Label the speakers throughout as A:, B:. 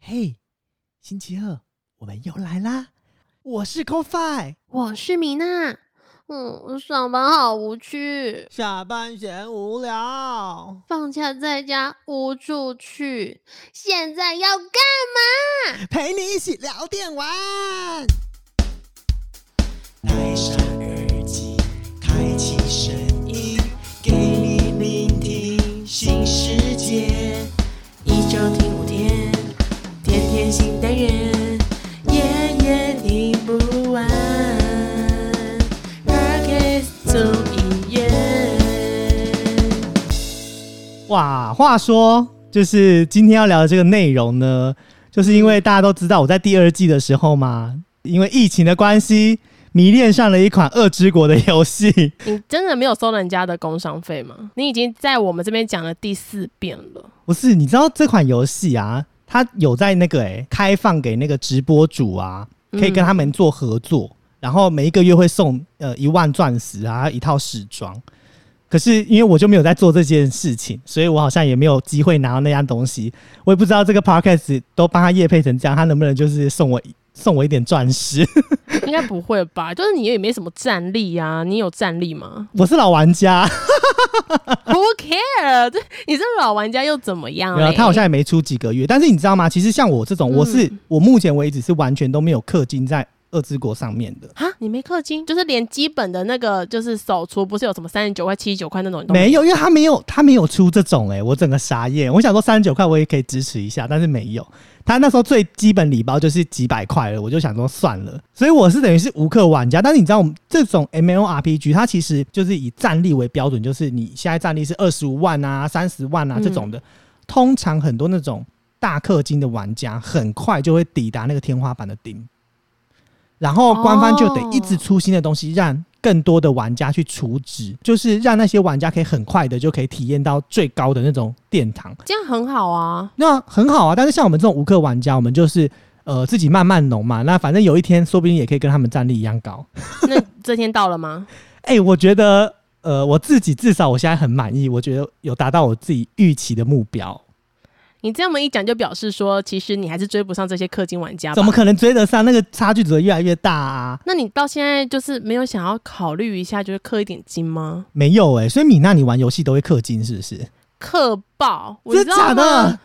A: 嘿，星期二我们又来啦！我是 CoFi，
B: 我是米娜。嗯，上班好无趣，
A: 下班闲无聊，
B: 放假在家无处去，现在要干嘛？
A: 陪你一起聊电玩。
C: 戴上耳机，开启声音，给你聆听新世界。一周听五天，天天新单元，夜夜听不完。p a r k e s 总音乐。
A: 哇，话说，就是今天要聊的这个内容呢，就是因为大家都知道我在第二季的时候嘛，因为疫情的关系，迷恋上了一款《恶之国》的游戏。
D: 你真的没有收人家的工伤费吗？你已经在我们这边讲了第四遍了。
A: 不是，你知道这款游戏啊，它有在那个诶、欸开放给那个直播主啊，可以跟他们做合作，然后每一个月会送呃一万钻石啊，一套时装。可是因为我就没有在做这件事情，所以我好像也没有机会拿到那样东西。我也不知道这个 podcast 都帮他业配成这样，他能不能就是送我一送我一点钻石？
D: 应该不会吧？就是你也没什么战力啊，你有战力吗
A: 我是老玩家，
D: ？Who care？这你这老玩家又怎么样欸
A: 没有，
D: 嘞？
A: 他好像也没出几个月。但是你知道吗？其实像我这种，我是、我目前为止是完全都没有氪金在二之国上面的。
D: 啊，你没氪金，就是连基本的那个就是手厨，不是有什么三十九块、七十九块那种东西？
A: 没有，因为他没有，他没有出这种哎、我整个傻眼。我想说三十九块我也可以支持一下，但是没有。他那时候最基本礼包就是几百块了，我就想说算了。所以我是等于是无氪玩家，但是你知道我们这种 M L R P G，它其实就是以战力为标准，就是你现在战力是二十五万啊、三十万啊这种的，通常很多那种大氪金的玩家很快就会抵达那个天花板的顶，然后官方就得一直出新的东西，让更多的玩家去除值，就是让那些玩家可以很快的就可以体验到最高的那种殿堂。
D: 这样很好啊。
A: 那很好啊，但是像我们这种无氪玩家，我们就是呃自己慢慢弄嘛。那反正有一天，说不定也可以跟他们战力一样高。
D: 那这天到了吗？
A: 哎、我觉得呃我自己至少我现在很满意，我觉得有达到我自己预期的目标。
D: 你这么一讲，就表示说，其实你还是追不上这些氪金玩家吧
A: 怎么可能追得上？那个差距只会越来越大啊！
D: 那你到现在就是没有想要考虑一下，就是氪一点金吗？
A: 没有哎、所以米娜，你玩游戏都会氪金是不是？
D: 氪爆，我
A: 真
D: 知
A: 的
D: 道
A: 假的
D: 吗？？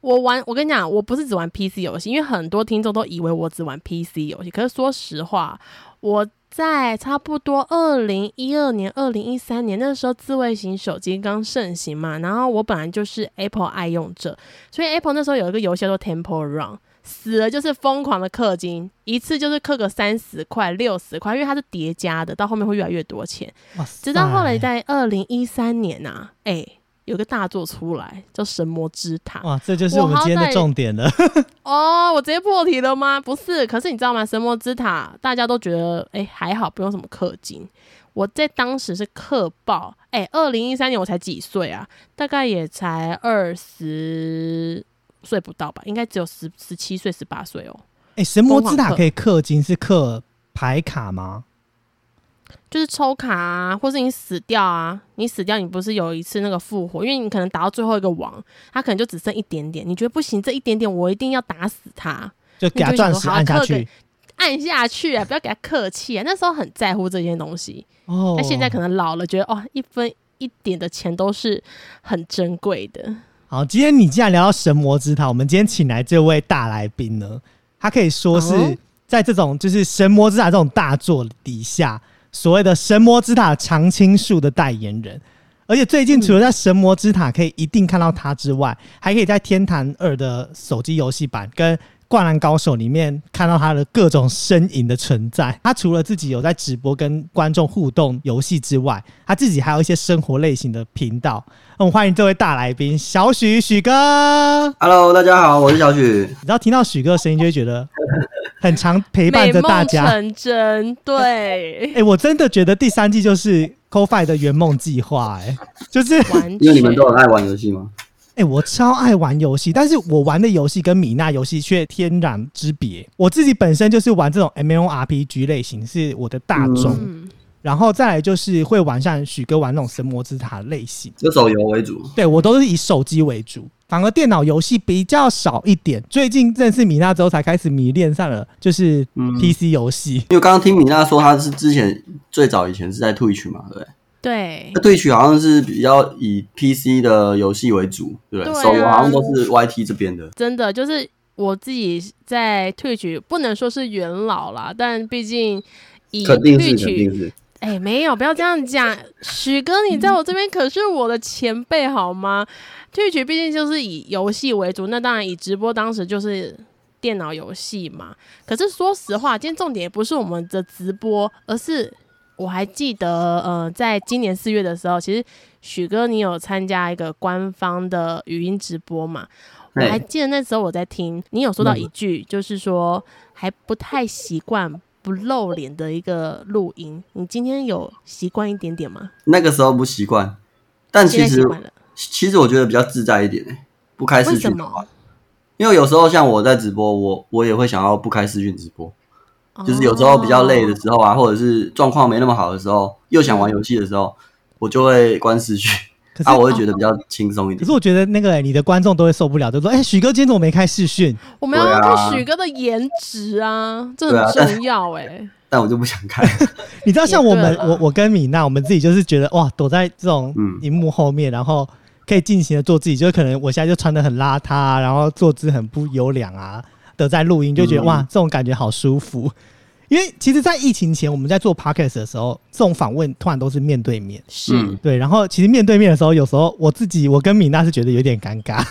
D: 我玩，我跟你讲，我不是只玩 PC 游戏，因为很多听众都以为我只玩 PC 游戏。可是说实话，我在差不多二零一二年、二零一三年那时候，智慧型手机刚盛行嘛，然后我本来就是 Apple 爱用者，所以 Apple 那时候有一个游戏叫做 Temple Run。死了就是疯狂的氪金，一次就是氪个三十块、六十块，因为它是叠加的，到后面会越来越多钱。
A: 哇塞
D: 直到后来在二零一三年呐、啊，哎、有个大作出来叫《神魔之塔》
A: 哇，这就是我们今天的重点了。
D: 哦，我直接破题了吗？不是，可是你知道吗？《神魔之塔》大家都觉得哎、还好，不用什么氪金。我在当时是氪爆，哎、二零一三年我才几岁啊，大概也才二十岁不到吧，应该只有十十七岁、十八岁哦。
A: 哎、神魔之
D: 疯狂
A: 塔
D: 氪
A: 可以氪金是氪牌卡吗？
D: 就是抽卡啊，或是你死掉啊，你死掉，你不是有一次那个复活，因为你可能打到最后一个王，他可能就只剩一点点，你觉得不行，这一点点我一定要打死他，
A: 就给他
D: 那就
A: 钻
D: 有
A: 石
D: 好
A: 按下
D: 氪
A: 去
D: 给按下去啊，不要给他客气啊。那时候很在乎这些东西，
A: 哦。
D: 那现在可能老了，觉得哦，一分一点的钱都是很珍贵的。
A: 好，今天你既然聊到神魔之塔，我们今天请来这位大来宾呢，他可以说是
D: 哦
A: 在这种就是神魔之塔这种大作底下，所谓的神魔之塔常青树的代言人。而且最近除了在神魔之塔可以一定看到他之外，还可以在天坛二的手机游戏版跟。灌篮高手里面看到他的各种身影的存在，他除了自己有在直播跟观众互动游戏之外，他自己还有一些生活类型的频道，我嗯们欢迎这位大来宾小许许哥。
E: Hello，大家好，我是小许。
A: 你知道听到许哥的声音，就会觉得很常陪伴着大
D: 美
A: 家。
D: 梦成真，对
A: 哎、，我真的觉得第三季就是 CoFi 的圆梦计划，哎，就是 哎、
D: 完全。
E: 因为你们都很爱玩游戏吗？
A: 我超爱玩游戏，但是我玩的游戏跟米娜游戏却天壤之别。我自己本身就是玩这种 MMORPG 类型，是我的大众。
D: 嗯，
A: 然后再来就是会玩像许哥玩那种神魔之塔类型。
E: 就手游为主。
A: 对我都是以手机为主，反而电脑游戏比较少一点。最近认识米娜之后，才开始迷恋上了就是
E: 嗯
A: PC 游戏。
E: 因为刚刚听米娜说，她是之前最早以前是在 Twitch 嘛，对不对？
D: 对
E: 那 Twitch 好像是比较以 PC 的游戏为主，对不对？
D: 对啊
E: 手游好像都是 YT 这边的。
D: 真的就是我自己在退取，不能说是元老啦，但毕竟以
E: 肯定
D: 退
E: 是，肯定
D: 取，
E: 是，
D: 哎，没有，不要这样讲，许哥，你在我这边可是我的前辈好吗？退取毕竟就是以游戏为主，那当然以直播当时就是。电脑游戏嘛，可是说实话，今天重点也不是我们的直播，而是我还记得，呃，在今年四月的时候，其实许哥你有参加一个官方的语音直播嘛？我还
E: 哎，
D: 记得那时候我在听，你有说到
E: 嗯
D: 一句，就是说还不太习惯不露脸的一个录音。你今天有习惯一点点吗？
E: 那个时候不习惯，但
D: 现在
E: 其
D: 习
E: 实
D: 惯了，
E: 其实我觉得比较自在一点、欸，不开视
D: 为什
E: 讯的
D: 么
E: 话，？因为有时候像我在直播，我我也会想要不开视讯直播，就是有时候比较累的
D: 哦
E: 时候啊，或者是状况没那么好的时候，又想玩游戏的时候，我就会关视讯，
A: 可是、哦
E: 啊，我会觉得比较轻松一
A: 可
E: 点
A: 是。我觉得那个、欸你的观众都会受不了，就说：“哎、许哥今天怎么没开视讯
D: 我们要
E: 对啊
D: 看许哥的颜值啊，这
E: 对啊
D: 很
E: 但
D: 重要哎、
E: 但我就不想开，？”
A: 你知道，像
D: 也
A: 我
D: 对
A: 们，
D: 啦
A: 我我跟米娜，我们自己就是觉得哇，躲在这种
E: 嗯
A: 荧幕后面，然后可以尽情的做自己，就是可能我现在就穿的很邋遢、啊，然后坐姿很不优良啊的在录音，就觉得、
E: 嗯
A: 哇，这种感觉好舒服。因为其实，在疫情前，我们在做 podcast 的时候，这种访问突然都是面对面。
D: 是、
E: 嗯
A: 对，然后其实面对面的时候，有时候我自己，我跟米娜是觉得有点尴尬。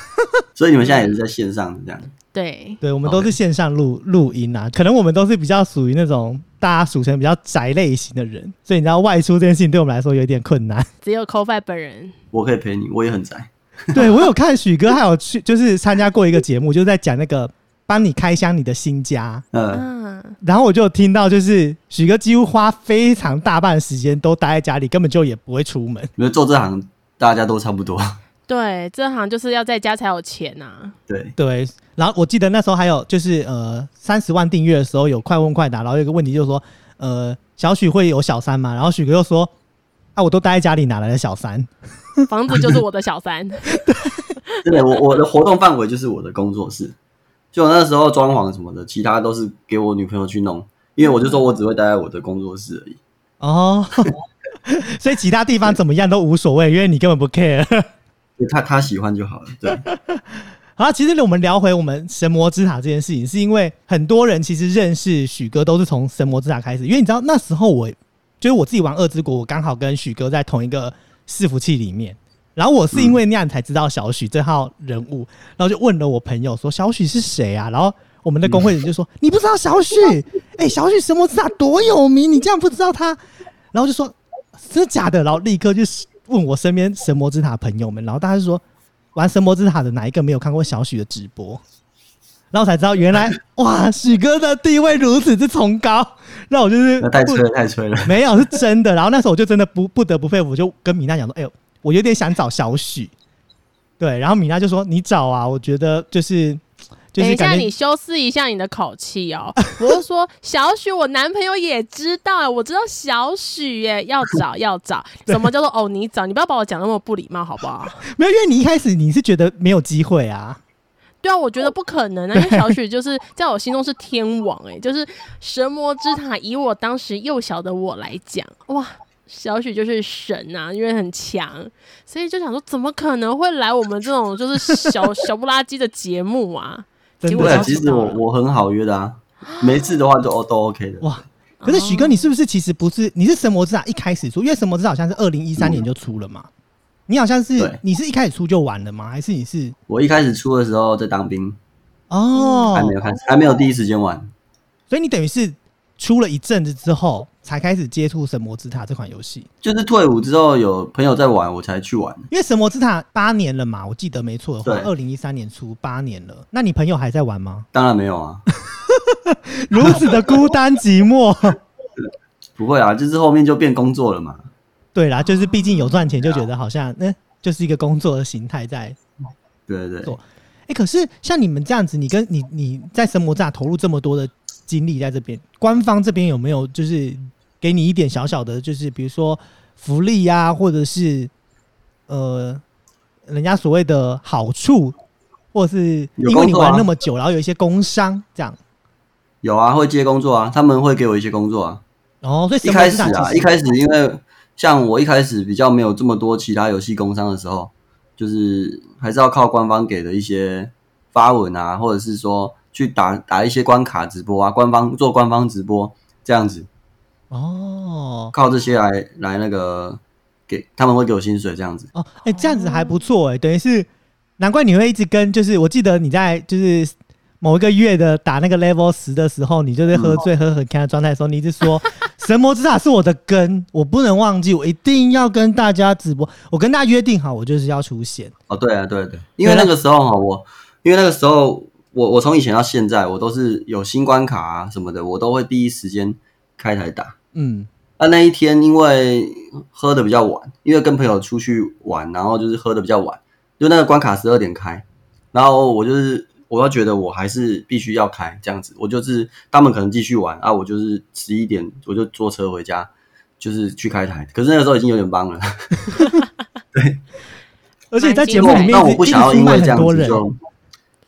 E: 所以你们现在也是在线上这样。
D: 对，
A: 对，我们都是线上录录音啊，可能我们都是比较属于那种大家俗称比较宅类型的人，所以你知道外出这件事情对我们来说有点困难。
D: 只有 CoFi 本人
E: 我可以陪你，我也很宅。
A: 对我有看许哥，还有去就是参加过一个节目，就是在讲那个帮你开箱你的新家，
E: 嗯，
D: 啊，
A: 然后我就有听到就是许哥几乎花非常大半的时间都待在家里，根本就也不会出门。
E: 因为做这行大家都差不多。
D: 对，这行就是要在家才有钱啊呐、
E: 对，
A: 对，然后我记得那时候还有就是呃三十万订阅的时候有快问快答，然后有一个问题就是说呃小许会有小三吗？然后许哥又说啊我都待在家里哪来的小三？
D: 房子就是我的小三，
E: 真的，我我的活动范围就是我的工作室，就我那时候装潢什么的，其他都是给我女朋友去弄，因为我就说我只会待在我的工作室而已。
A: 哦， 所以其他地方怎么样都无所谓，因为你根本不 care。
E: 就她她喜欢就好了。对，
A: 好啦，其实我们聊回我们神魔之塔这件事情，是因为很多人其实认识许哥都是从神魔之塔开始，因为你知道那时候我就是我自己玩二之国，我刚好跟许哥在同一个伺服器里面，然后我是因为那样才知道小许这号人物，然后就问了我朋友说小许是谁啊，然后。我们的工会人就说：“你不知道小许？ 哎、小许神魔之塔多有名，你竟然不知道他？”然后就说：“真的假的？”然后立刻就问我身边神魔之塔朋友们，然后大家就说：“玩神魔之塔的哪一个没有看过小许的直播？然后才知道原来哇，许哥的地位如此之崇高，让我就是
E: 那太吹
A: 不
E: 了，太吹了。
A: 没有是真的。然后那时候我就真的不不得不佩服，我就跟米娜讲说，哎呦，我有点想找小许，对，然后米娜就说你找啊，我觉得就是就
D: 等
A: 是
D: 一下，
A: 感觉
D: 你修饰一下你的口气哦。 我是说，小许，我男朋友也知道哎，我知道小许耶，要找要找。什么叫做哦？你找，你不要把我讲那么不礼貌好 不好？
A: 没有，因为你一开始你是觉得没有机会啊，
D: 对啊，我觉得不可能啊，因为小许就是在我心中是天王哎，就是神魔之塔。以我当时幼小的我来讲，哇。小许就是神啊，因为很强，所以就想说，怎么可能会来我们这种就是小 小不拉几的节目啊？
A: 真
D: 结果
E: 对
D: 小
A: 的
E: 啊，
D: 许
E: 其实我
D: 到了
E: 我很好约的啊，没事的话就都都 OK 的。
A: 哇。可是许哥，你是不是其实不是？你是神魔之塔一开始出，因为神魔之塔好像是二零一三年就出了嘛。你好像是
E: 对
A: 你是一开始出就玩了吗？还是你是
E: 我一开始出的时候在当兵，
A: 哦
E: 嗯还？没有开始，还没有第一时间玩。
A: 所以你等于是出了一阵子之后，才开始接触《神魔之塔》这款游戏。
E: 就是退伍之后有朋友在玩，我才去玩。
A: 因为《神魔之塔》八年了嘛，我记得没错的话，
E: 对
A: 二零一三年出八年了。那你朋友还在玩吗？
E: 当然没有啊，
A: 如此的孤单寂寞。
E: 不会啊，就是后面就变工作了嘛。
A: 对啦，就是毕竟有赚钱，就觉得好像 那、就是一个工作的形态在
E: 对对
A: 做
E: 对，
A: 哎、可是像你们这样子，你跟你你在神魔之塔投入这么多的精力在这边，官方这边有没有就是给你一点小小的，就是比如说福利呀、或者是呃，人家所谓的好处，或是
E: 有
A: 因为你
E: 工作啊
A: 玩那么久，然后有一些工伤这样。
E: 有啊，会接工作啊，他们会给我一些工作啊。
A: 哦，所以
E: 一
A: 什么
E: 开
A: 市
E: 始
A: 场其
E: 啊，
A: 实
E: 一开始因为像我一开始比较没有这么多其他游戏工商的时候，就是还是要靠官方给的一些发文啊，或者是说去打打一些关卡直播啊，官方做官方直播这样子，
A: 哦
E: 靠这些来来那个给他们会给我薪水这样子。
A: 哦，哎、这样子还不错哎、等于是难怪你会一直跟，就是我记得你在就是某一个月的打那个 level 十的时候，你就是喝醉喝很开的状态的时候，你一直说神魔之塔是我的根，我不能忘记，我一定要跟大家直播，我跟大家约定好，我就是要出现。
E: 哦，对啊，对啊对啊，因为那个时候哈，我因为那个时候我我从以前到现在，我都是有新关卡啊什么的，我都会第一时间开台打。
A: 嗯，
E: 啊那那一天因为喝的比较晚，因为跟朋友出去玩，然后就是喝的比较晚，就那个关卡十二点开，然后我就是我要觉得我还是必须要开这样子，我就是他们可能继续玩啊，我就是十一点我就坐车回家，就是去开台，可是那个时候已经有点帮了，
A: 而且在
D: 蛮
A: 节
D: 精
A: 目里
D: 彩
A: 面
E: 那
A: 一
E: 我
A: 直
E: 不
A: 一直
E: 想要
A: 出
E: 因
A: 卖
E: 为这
A: 很
E: 样
A: 多
E: 子
A: 人，
E: 就，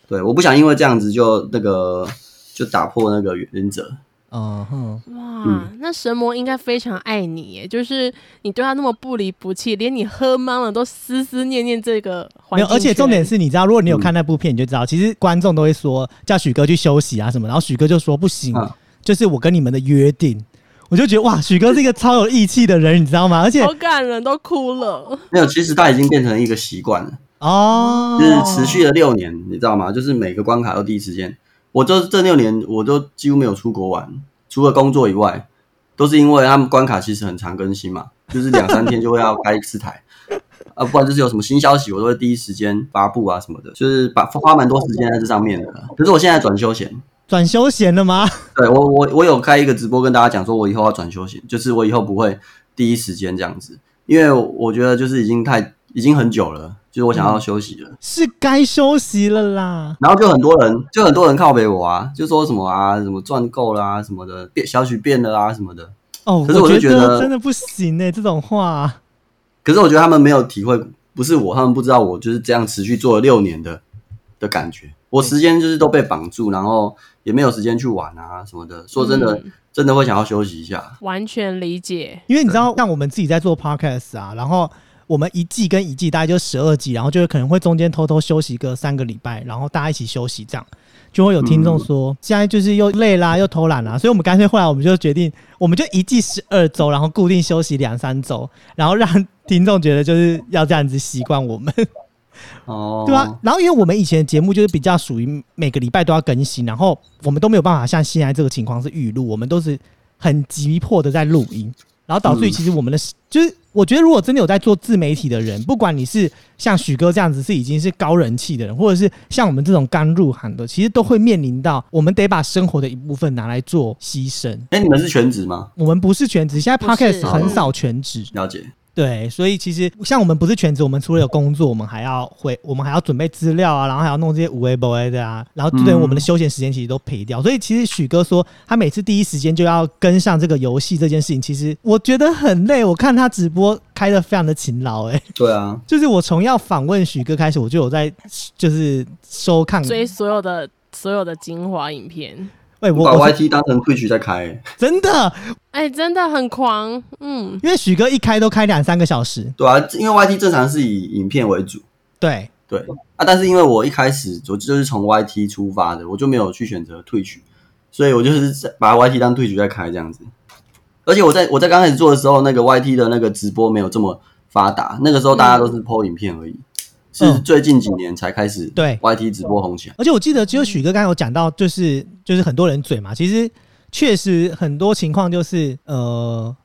E: 对，我不想因为这样子就那个就打破那个原则，
A: 嗯哼，
D: 哇，
E: 嗯
D: 那神魔应该非常爱你耶，就是你对他那么不离不弃，连你喝懵了都思思念念这个环
A: 没有，
D: 境。
A: 而且重点，是，嗯你知道，如果你有看那部片，你就知道，其实观众都会说叫许哥去休息啊什么，然后许哥就说不行，
E: 嗯
A: 就是我跟你们的约定。我就觉得哇，许哥是一个超有义气的人，你知道吗？而且
D: 好感人，都哭了。
E: 没有，其实它已经变成一个习惯了。
A: 哦，
E: 就是持续了六年，你知道吗？就是每个关卡都第一时间。我这这六年，我都几乎没有出国玩，除了工作以外，都是因为他们关卡其实很常更新嘛，就是两三天就会要开一次台， 啊，不然就是有什么新消息，我都会第一时间发布啊什么的，就是把花蛮多时间在这上面的。可是我现在转休闲，
A: 转休闲了吗？
E: 对我我我有开一个直播跟大家讲，说我以后要转休闲，就是我以后不会第一时间这样子，因为我觉得就是已经太已经很久了，就是我想要休息了。
A: 是该休息了啦。
E: 然后就很多人，就很多人靠北我啊，就说什么啊，什么赚够啦、什么的，变小许变了啊，什么的。
A: 哦，
E: 可是我就
A: 觉
E: 觉得
A: 真的不行哎、这种话
E: 可是我觉得他们没有体会，不是我，他们不知道我就是这样持续做了六年的的感觉。我时间就是都被绑住，然后也没有时间去玩啊什么的。说真的，
A: 嗯
E: 真的会想要休息一下。
D: 完全理解，
A: 因为你知道，像我们自己在做 podcast 啊，然后我们一季跟一季大概就十二季，然后就是可能会中间偷偷休息个三个礼拜，然后大家一起休息，这样就会有听众说、现在就是又累啦，又偷懒啦，啊所以我们干脆后来我们就决定，我们就一季十二周，然后固定休息两三周，然后让听众觉得就是要这样子习惯我们。
E: 哦，
A: 对啊，，然后因为我们以前的节目就是比较属于每个礼拜都要更新，然后我们都没有办法像现在这个情况是预录，我们都是很急迫的在录音，然后导致于
E: 嗯
A: 其实我们的、就是我觉得如果真的有在做自媒体的人，不管你是像许哥这样子是已经是高人气的人，或者是像我们这种刚入行的，其实都会面临到我们得把生活的一部分拿来做牺牲。
E: 哎，你们是全职吗？
A: 我们不是全职，现在
D: 不是
A: podcast 很少全职，
E: 了解。
A: 对，所以其实像我们不是全职，我们除了有工作，我们还要会，我们还要准备资料啊，然后还要弄这些无为不为的啊，然后对于
E: 嗯
A: 我们的休闲时间其实都赔掉。所以其实许哥说他每次第一时间就要跟上这个游戏这件事情，其实我觉得很累。我看他直播开的非常的勤劳、欸，
E: 对啊，
A: 就是我从要访问许哥开始，我就有在就是收看。
D: 追所有的所有的精华影片，
A: 喂、我
E: 我把
A: 我是
E: YT 当成 Twitch 在开、欸
A: 真的，
D: 哎，真的很狂，嗯，
A: 因为许哥一开都开两三个小时，
E: 对啊，因为 YT 正常是以影片为主。
A: 对，
E: 对啊，但是因为我一开始我就是从 YT 出发的，我就没有去选择退取，所以我就是在把 YT 当退取在开这样子。而且我在我在刚开始做的时候，那个 YT 的那个直播没有这么发达，那个时候大家都是 PO 影片而已，是
A: 嗯
E: 最近几年才开始
A: 对
E: YT 直播红起来。
A: 而且我记得，只有许哥刚才有讲到，就是就是很多人嘴嘛，其实确实很多情况就是呃，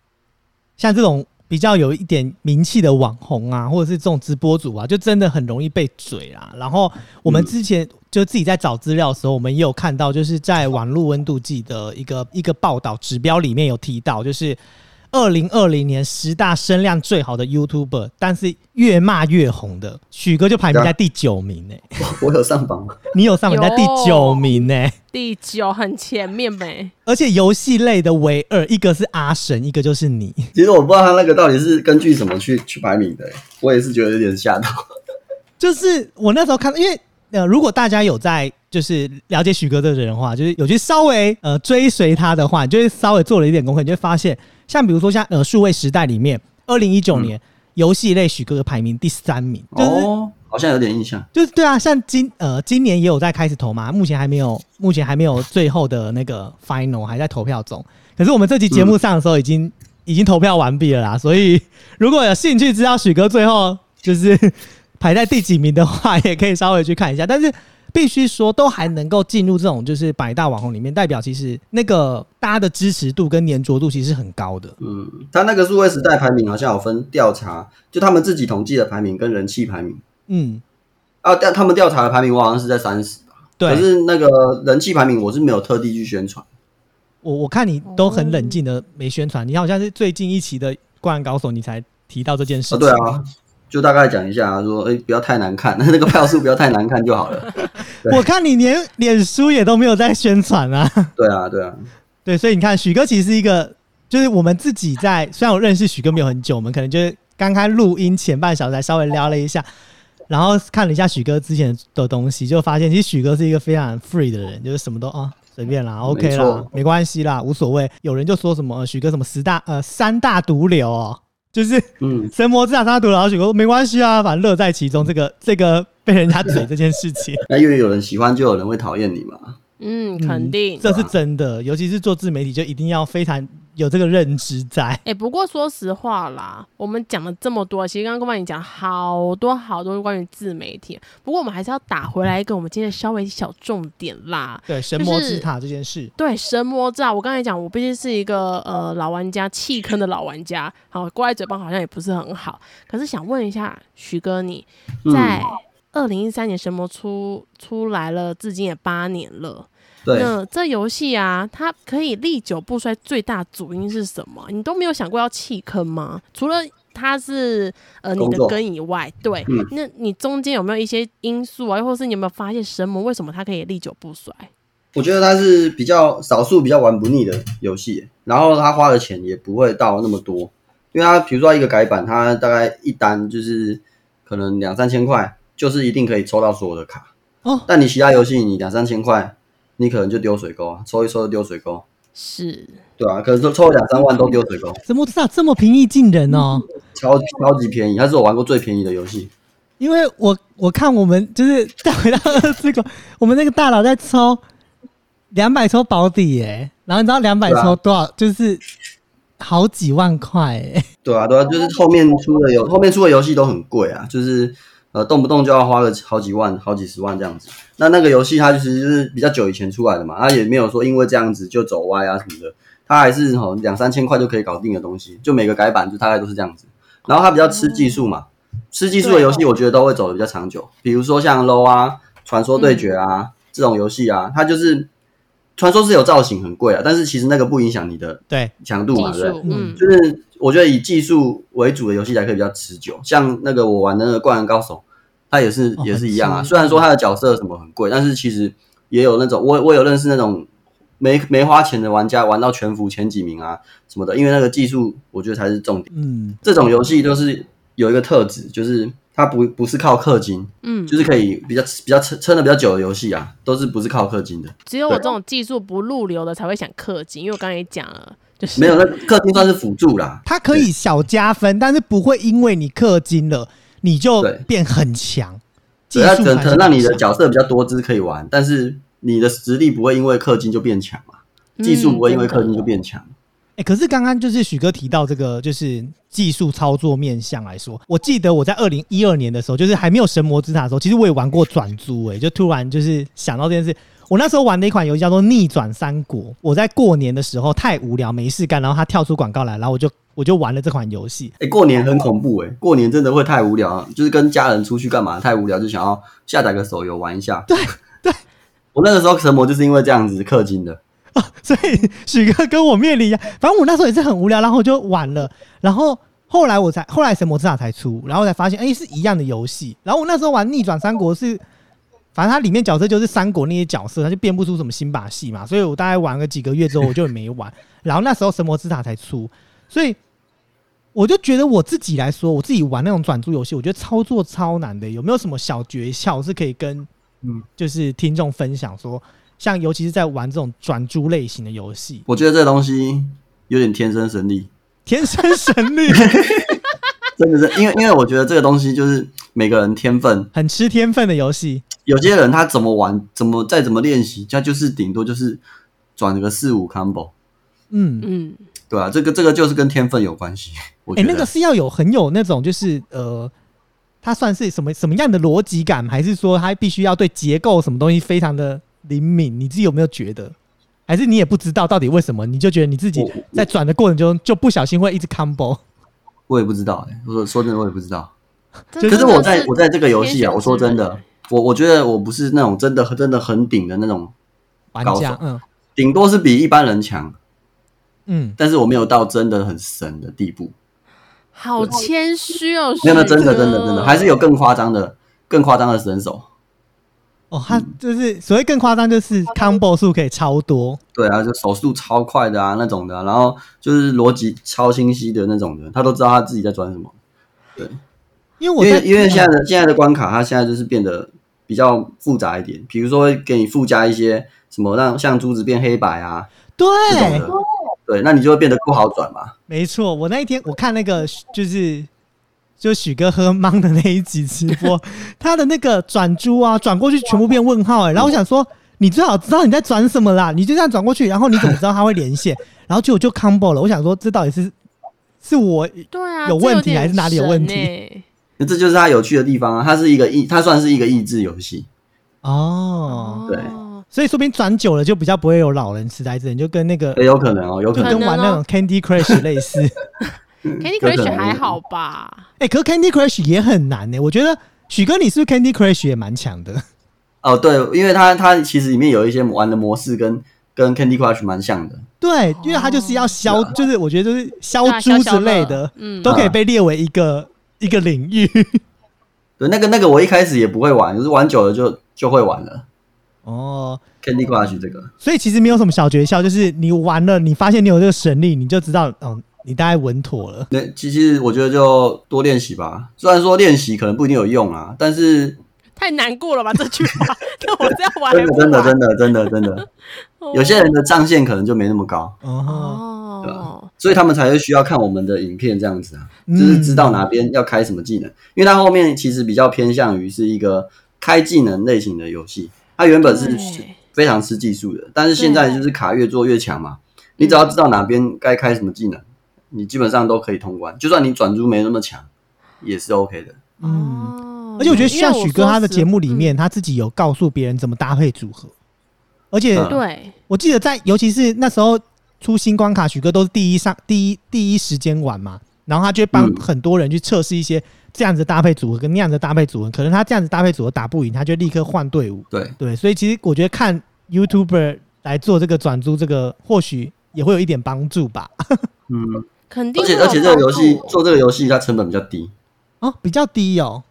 A: 像这种比较有一点名气的网红啊，或者是这种直播主啊，就真的很容易被嘴啦。然后我们
E: 嗯
A: 之前就自己在找资料的时候，我们也有看到，就是在《网络温度计》的一个一个报道指标里面有提到，就是。二零二零年十大声量最好的 YouTuber，但是越骂越红的，许哥就排名在第九名欸呢、
E: 我有上榜吗？
A: 你有上榜在第九名呢、
D: 第九很前面呗，
A: 而且游戏类的唯二，一个是阿神，一个就是你。
E: 其实我不知道他那个到底是根据什么去去排名的、欸我也是觉得有点吓到。
A: 就是我那时候看，因为呃，如果大家有在就是了解许哥这个人的话，就是有去稍微呃追随他的话，你就是稍微做了一点功课，你就会发现，像比如说像呃数位时代里面，二零一九年游戏、类许哥的排名第三名，就是、
E: 哦，好像有点印象。
A: 就是对啊，像今呃今年也有在开始投嘛，目前还没有，目前还没有最后的那个 final 还在投票中。可是我们这期节目上的时候已经、已经投票完毕了啦，所以 如果有兴趣知道许哥最后就是 排在第几名的话，也可以稍微去看一下。但是必须说，都还能够进入这种就是百大网红里面，代表其实那个大家的支持度跟粘着度其实是很高的。
E: 嗯，他那个数位时代排名好像有分调查，就他们自己统计的排名跟人气排名
A: 嗯，
E: 啊，但他们调查的排名我好像是在三十，可
A: 对，
E: 是那个人气排名我是没有特地去宣传。
A: 我我看你都很冷静的没宣传，你好像是最近一期的《灌篮高手》你才提到这件事
E: 啊，
A: 情。
E: 对啊，就大概讲一下、啊，说哎、诶不要太难看， 那个票数不要太难看就好了。对
A: 我看你连脸书也都没有在宣传啊。
E: 对啊，对啊，
A: 对，所以你看，许哥其实是一个，就是我们自己在，虽然我认识许哥没有很久，我们可能就是刚开录音前半小时才稍微聊了一下，然后看了一下许哥之前的东西，就发现其实许哥是一个非常 free 的人，就是什么都啊。随便啦，OK 啦
E: 错，
A: 没关系啦，无所谓。有人就说什么呃许哥什么十大呃三大毒瘤哦，就是
E: 嗯，
A: 神魔之塔杀毒老许哥没关系啊，反正乐在其中。这个这个被人家嘴这件事 情，
E: 那因为有人喜欢，就有人会讨厌你嘛。
D: 嗯，肯定。
A: 这是真的，尤其是做自媒体，就一定要非常有这个认知在。
D: 哎、不过说实话啦，我们讲了这么多，其实刚刚跟你讲好多好多关于自媒体，不过我们还是要打回来一个我们今天的稍微小重点啦。
A: 对神魔之塔这件事，
D: 对，神魔之塔，我刚才讲，我毕竟是一个呃老玩家，弃坑的老玩家，好，挂在嘴巴好像也不是很好。可是想问一下，徐哥你，
E: 嗯
D: 在二零一三年神魔出出来了，至今也八年了。
E: 对，
D: 那这游戏啊，它可以历久不衰，最大主因是什么？你都没有想过要弃坑吗？除了它是呃你
E: 工
D: 的
E: 作
D: 根以外，对，
E: 嗯
D: 那你中间有没有一些因素啊，或者是你有没有发现神魔为什么它可以历久不衰？
E: 我觉得它是比较少数比较玩不腻的游戏，然后它花的钱也不会到那么多，因为它比如说一个改版，它大概一单就是可能两三千块，就是一定可以抽到所有的卡。
A: 哦
E: 但你其他游戏你两三千块，你可能就丢水沟啊，抽一抽就丢水沟，
D: 是
E: 对啊，可能说抽两三万都丢水沟，
A: 神魔之塔这么平易近人哦，
E: 超超级便宜，它是我玩过最便宜的游戏。
A: 因为我我看我们就是再回到二次狗，我们那个大佬在抽两百抽保底耶、然后你知道两百
E: 对
A: 抽
E: 啊
A: 多少？就是好几万块、耶。
E: 对啊，
D: 哦
E: 对啊，就是后面出的游后面出的游戏都很贵啊，就是呃动不动就要花个好几万、好几十万这样子。那那个游戏它其实就是比较久以前出来的嘛，它也没有说因为这样子就走歪啊什么的，它还是吼两三千块就可以搞定的东西，就每个改版就大概都是这样子。然后它比较吃技术
D: 哦
E: 嘛，吃技术的游戏我觉得都会走的比较长久，比如说像 LO w 啊、传说对决啊、
D: 嗯
E: 这种游戏啊，它就是。传说是有造型很贵啊，但是其实那个不影响你的
A: 对，
E: 强度
D: 技
E: 嘛，对不对
D: 术，嗯，
E: 就是我觉得以技术为主的游戏才可以比较持久。像那个我玩的那个《灌篮高手》，它也是
A: 哦
E: 也是一样啊。
A: 很新
E: 虽然说它的角色什么很贵，但是其实也有那种我我有认识那种没没花钱的玩家玩到全服前几名啊什么的，因为那个技术我觉得才是重点。
A: 嗯，
E: 这种游戏就是有一个特质，就是它不不是靠氪金，
D: 嗯，
E: 就是可以比较比较撑撑的比较久的游戏啊，都是不是靠氪金的。
D: 只有我
E: 对
D: 这种技术不入流的才会想氪金，因为我刚才也讲了，就是
E: 没有那氪金算是辅助啦，
A: 它可以小加分，但是不会因为你氪金了你就
E: 对
A: 变很强。技
E: 对，它
A: 术
E: 可
A: 才
E: 能
A: 是
E: 可能让你的
A: 强
E: 角色比较多姿可以玩，但是你的实力不会因为氪金就变强嘛，啊
D: 嗯
E: 技术不会因为氪
D: 真
E: 金
D: 的
E: 就变强。
A: 哎、可是刚刚就是许哥提到这个，就是技术操作面向来说，我记得我在二零一二年的时候，就是还没有神魔之塔的时候，其实我也玩过转租、欸，就突然就是想到这件事。我那时候玩的一款游戏叫做《逆转三国》，我在过年的时候太无聊没事干，然后它跳出广告来，然后我就我就玩了这款游戏。
E: 哎、过年很恐怖哎、过年真的会太无聊啊，就是跟家人出去干嘛太无聊，就想要下载个手游玩一下。对对，我那个时候神魔就是因为这样子氪金的，
A: 所以许哥跟我面临一样，反正我那时候也是很无聊，然后我就玩了，然后后来我才后来神魔之塔才出，然后我才发现哎、诶是一样的游戏，然后我那时候玩逆转三国是。反正它里面角色就是三国那些角色，它就变不出什么新把戏嘛，所以我大概玩了几个月之后我就没玩， 然后那时候神魔之塔才出，所以我就觉得我自己来说，我自己玩那种转租游戏，我觉得操作超难的。有没有什么小诀窍是可以跟
E: 嗯
A: 就是听众分享说，像尤其是在玩这种转租类型的游戏，
E: 我觉得这东西有点天生神力，
A: 天生神力
E: 真的是因为因为我觉得这个东西就是每个人天分，
A: 很吃天分的游戏，
E: 有些人他怎么玩，怎么再怎么练习，他就是顶多就是转个四五 combo，
A: 嗯，
D: 嗯，
E: 对啊，这个这个就是跟天分有关系，我
A: 哎、
E: 觉得。
A: 那个是要有很有那种就是呃。它算是什么什么样的逻辑感，还是说它必须要对结构什么东西非常的灵敏？你自己有没有觉得？还是你也不知道到底为什么，你就觉得你自己
E: 我我
A: 在转的过程中就不小心会一直 combo？
E: 我也不知道、欸，我说说真的，我也不知道。
A: 就
E: 可
A: 真
E: 是
A: 的
E: 我在我在这个游戏啊，我说真
D: 天选之
E: 的
D: 人，，
E: 我我觉得我不是那种真的真的很顶的那种，
A: 玩
E: 高
A: 家
E: 手，
A: 嗯
E: 顶多是比一般人强，
A: 嗯，
E: 但是我没有到真的很神的地步。
D: 好谦虚哦，
E: 没有，没有
D: 许
E: 真的真的
D: 哥
E: 真的，还是有更夸张的、更夸张的神手。
A: 哦，他
E: 嗯
A: 就是所谓更夸张，就是 combo 数可以超多，
E: 对啊，就手速超快的啊那种的啊、然后就是逻辑超清晰的那种的，他都知道他自己在转什么。
A: 因为
E: 因
A: 我在啊
E: 为因为现在的现在的关卡，它现在就是变得比较复杂一点，比如说会给你附加一些什么让像珠子变黑白啊，这种
A: 对哦
E: 的，，对，那你就会变得不好转嘛。
A: 没错，我那一天我看那个就是就许哥喝芒的那一集直 播，他的那个转珠啊转过去全部变问号、欸，然后我想说你最好知道你在转什么啦，你就这样转过去，然后你怎么知道他会连 线？然后结果就 combo 了，我想说这到底是是我
D: 对啊，
A: 有
D: 这
A: 问题
D: 点
A: 还是哪里有问题
D: 神欸
E: 那这就是它有趣的地方啊，它是一个益，它算是一个益智游戏。
A: 哦，
E: 对
D: 哦
A: 所以说不定转久了就比较不会有老人痴呆症，就跟那个
E: 也有可能哦，有可
A: 就
E: 能
A: 跟玩那种 Candy Crush 类 似。
D: ，Candy
E: 有可
D: Crush
E: 能
D: 还好吧？
A: 哎、可是 Candy Crush 也很难呢、欸我觉得许哥，你是不是 Candy Crush 也蛮强的？
E: 哦，对，因为它它其实里面有一些玩的模式跟跟 Candy Crush 蛮像的，
A: 对，因为它就是要消，就是我觉得就是消
D: 对啊
A: 猪
D: 消消
A: 之类
D: 乐
A: 的，
D: 嗯
A: 都可以被列为一个、一个领域。
E: 对，那个那个我一开始也不会玩，就是玩久了就就会玩了。
A: 哦，
E: Candy Crush 这个，
A: 所以其实没有什么小诀窍，就是你玩了，你发现你有这个神力，你就知道，嗯，你大概稳妥了。
E: 那其实我觉得就多练习吧。虽然说练习可能不一定有用啊，但是
D: 太难过了吧这句 话？那我这样玩还
E: 真的
D: 不
E: 真的
D: 玩
E: 真的真的真 的，有些人的上限可能就没那么高，
A: 哦，
E: 对
D: 哦，
E: 所以他们才会需要看我们的影片这样子啊，
A: 嗯
E: 就是知道哪边要开什么技能，因为它后面其实比较偏向于是一个开技能类型的游戏，它原本是
D: 对哦
E: 非常吃技术的，但是现在就是卡越做越强嘛，你只要知道哪边该开什么技能，你基本上都可以通关，就算你转租没那么强，也是 OK 的。
A: 嗯。
D: 哦
A: 而且我觉得像
D: 因为
A: 许
D: 我
A: 哥
D: 说
A: 他的
D: 实
A: 节目里面，
D: 嗯
A: 他自己有告诉别人怎么搭配组合，而且
E: 嗯
D: 对
A: 我记得在，尤其是那时候出新关卡，许哥都是第一上第一第一时间玩嘛，然后他就会帮
E: 嗯
A: 很多人去测试一些这样子的搭配组合跟那样子的搭配组合，可能他这样子搭配组合打不赢，他就立刻换队伍。
E: 对，
A: 对，所以其实我觉得看 YouTuber 来做这个转租这个，或许也会有一点帮助吧。
E: 嗯，
D: 肯定会
E: 而且
D: 有
E: 而且这个游戏
D: 帮助
E: 做这个游戏它成本比较低，嗯
A: 哦，比较低哦，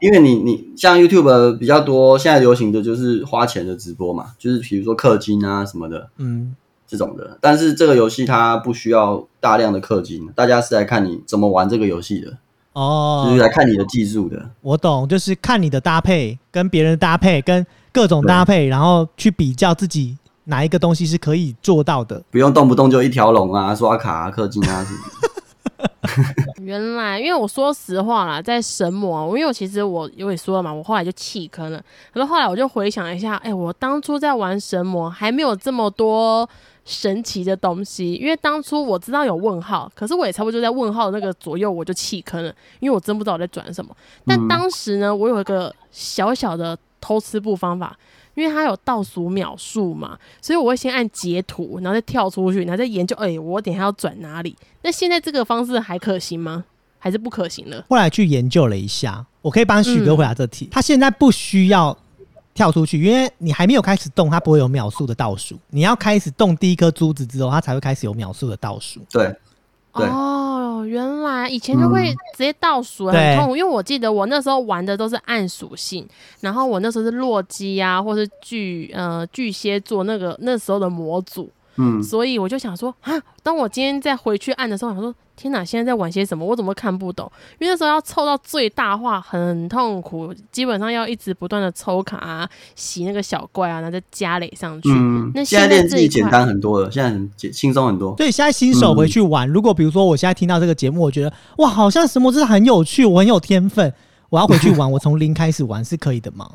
E: 因为你你像 YouTube 比较多，现在流行的就是花钱的直播嘛，就是比如说氪金啊什么的。
A: 嗯，
E: 这种的。但是这个游戏它不需要大量的氪金，大家是来看你怎么玩这个游戏的，就是
A: 哦，
E: 来看你的技术的。
A: 我懂，就是看你的搭配跟别人的搭配跟各种搭配，然后去比较自己哪一个东西是可以做到的。
E: 不用动不动就一条龙啊、刷卡啊、氪金啊什么的。
D: 原来，因为我说实话啦，在神魔，啊因为我其实我我也说了嘛，我后来就弃坑了。可是后来我就回想一下，哎、我当初在玩神魔还没有这么多神奇的东西，因为当初我知道有问号，可是我也差不多就在问号的那个左右我就弃坑了，因为我真不知道我在转什么。但当时呢，我有一个小小的偷吃步方法。因为它有倒数秒数嘛，所以我会先按截图，然后再跳出去，然后再研究，哎、我等一下要转哪里？那现在这个方式还可行吗？还是不可行了？
E: 嗯
A: 后来去研究了一下，我可以帮许哥回答这题。他现在不需要跳出去，因为你还没有开始动，它不会有秒数的倒数。你要开始动第一颗珠子之后，它才会开始有秒数的倒数。
E: 对，对
D: 哦，原来以前就会直接倒数，
A: 对
D: 很痛苦。因为我记得我那时候玩的都是按属性，然后我那时候是洛基啊，或是巨呃巨蟹座那个那时候的模组，
E: 嗯，
D: 所以我就想说啊，当我今天再回去按的时候，想说天哪，现在在玩些什么？我怎么会看不懂？因为那时候要凑到最大化很痛苦，基本上要一直不断的抽卡啊，洗那个小怪啊，然后再加累上去。
E: 嗯
D: 那，
E: 现
D: 现
E: 在
D: 在
E: 练
D: 这
E: 自己
D: 一
E: 简
D: 块
E: 单很多了，现在很简轻松很多。
A: 对，现在新手回去玩，如果比如说我现在听到这个节目，我觉得哇，好像什么真的很有趣，我很有天分，我要回去玩，我从零开始玩是可以的吗？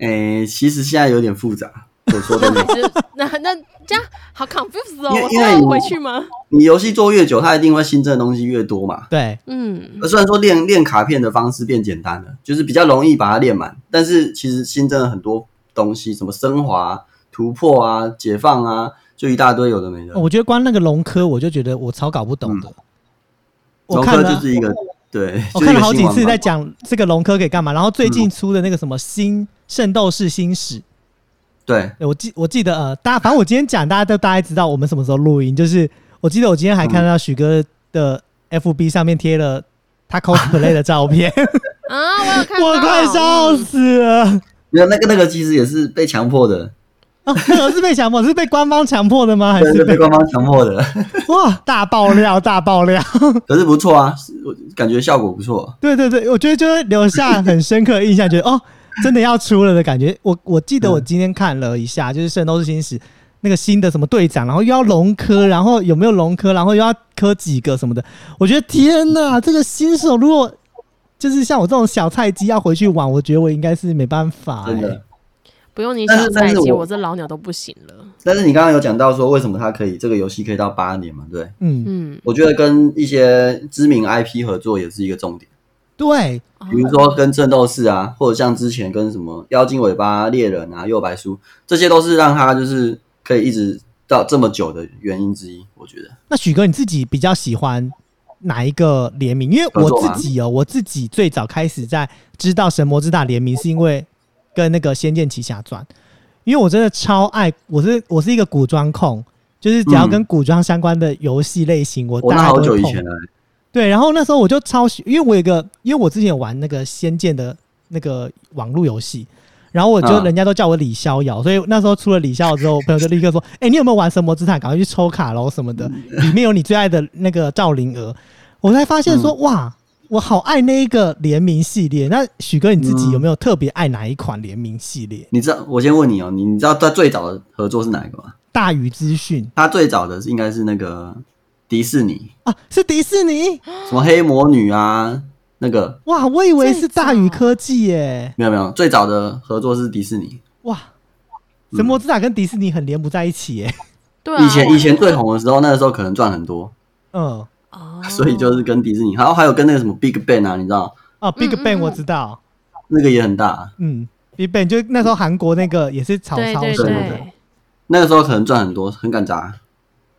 E: 诶、其实现在有点复杂，我 说真的，
D: 就那那这样好 confused 哦，
E: 因为
D: 我
E: 因为
D: 现在
E: 我
D: 回去吗？
E: 你游戏做越久，它一定会新增的东西越多嘛。
A: 对，
D: 嗯，
E: 呃虽然说练练卡片的方式变简单了，就是比较容易把它练满，但是其实新增了很多东西，什么升华啊、突破啊、解放啊，就一大堆有的没的。
A: 我觉得光那个龙科，我就觉得我超搞不懂的。我
E: 嗯龙
A: 看
E: 哥
A: 了
E: 就是一个对，
A: 我
E: 就是
A: 看
E: 一
A: 了
E: 个
A: 好
E: 新
A: 几
E: 玩
A: 次
E: 法
A: 在讲这个龙科可以干嘛，然后最
E: 嗯
A: 近出的那个什么新圣斗士星矢，
E: 对，
A: 对我记我记得呃，大家反正我今天讲，大家都大概知道我们什么时候录音，就是我记得我今天还看到许哥的 FB 上面贴了他 cosplay 的照 片，
D: 啊，我有看到，
A: 我快笑
D: 嗯
A: 死 了。
E: 那那个那个其实也是被强迫的，
A: 哦，那个是被强迫，是被官方强迫的吗？ 还
E: 对，
A: 是
E: 是
A: 被
E: 被官方强 迫的，
A: 哇大爆料大爆料？
E: 可是不错啊，是我感觉效果不错。
A: 对对对，我觉得就会留下很深刻的印象，觉得哦，真的要出了的感觉。我我记得我今天看了一下，就是《圣斗士星矢》那个新的什么队长，然后又要龙科，然后有没有龙科，然后又要科几个什么的，我觉得天哪，这个新手如果就是像我这种小菜鸡要回去玩，我觉得我应该是没办法、
E: 真的
A: 欸
D: 不用你
E: 但
D: 小
E: 是但
D: 菜
E: 是
D: 鸡，
E: 我
D: 我这老鸟都不行了。
E: 但是你刚刚有讲到说，为什么它可以这个游戏可以到八年嘛？对，
A: 嗯，
D: 嗯，
E: 我觉得跟一些知名 IP 合作也是一个重点，
A: 对，
D: 嗯哦
E: 比如说跟圣斗士啊，或者像之前跟什么妖精尾巴猎人啊、右白书，这些都是让它就是可以一直到这么久的原因之一。我觉得
A: 那许哥你自己比较喜欢哪一个联名？因为
E: 合
A: 我
E: 作吗
A: 自己哦，我自己最早开始在知道神魔之塔联名，是因为跟那个《仙剑奇侠传》，因为我真的超爱，我是我是一个古装控，就是只要跟古装相关的游戏类型，我
E: 嗯我
A: 大
E: 那
A: 概
E: 好
A: 都
E: 久
A: 会
E: 以
A: 碰
E: 前。了，
A: 对，然后那时候我就超喜，因为我有一个，因为我之前有玩那个《仙剑》的那个网络游戏，然后我就、
E: 啊
A: 人家都叫我李逍遥，所以那时候出了李逍遥之后，我朋友就立刻说：“哎、你有没有玩《神魔之塔》？赶快去抽卡喽什么的，里面有你最爱的那个赵灵儿。”我才发现说：“哇，我好爱那一个联名系列。”那许哥你自己有没有特别爱哪一款联名系列？
E: 你知道？我先问你哦，你你知道它最早的合作是哪一个吗？
A: 大禹资讯
E: 它最早的应该是那个迪士尼，
A: 啊，是迪士尼
E: 什么黑魔女啊，那个
A: 哇，我以为是大禹
D: 最早
A: 科技耶，
E: 没有没有，最早的合作是迪士尼。
A: 哇。神魔之塔跟迪士尼很连不在一起耶、
D: 对啊，
E: 以前以前最红的时候，那个时候可能赚很多，
A: 嗯
D: 哦，
E: 所以就是跟迪士尼，然后还有跟那个什么 Big Bang 啊，你知道
A: 啊，Big
D: 嗯
A: Bang
D: 嗯
A: 我知道，
E: 那个也很大，
A: 嗯 b i g Bang 就那时候韩国那个也是曹
D: 对
A: 操
D: 对
A: 什么
E: 对
A: 的。
D: 对，
E: 那个时候可能赚很多，很敢砸。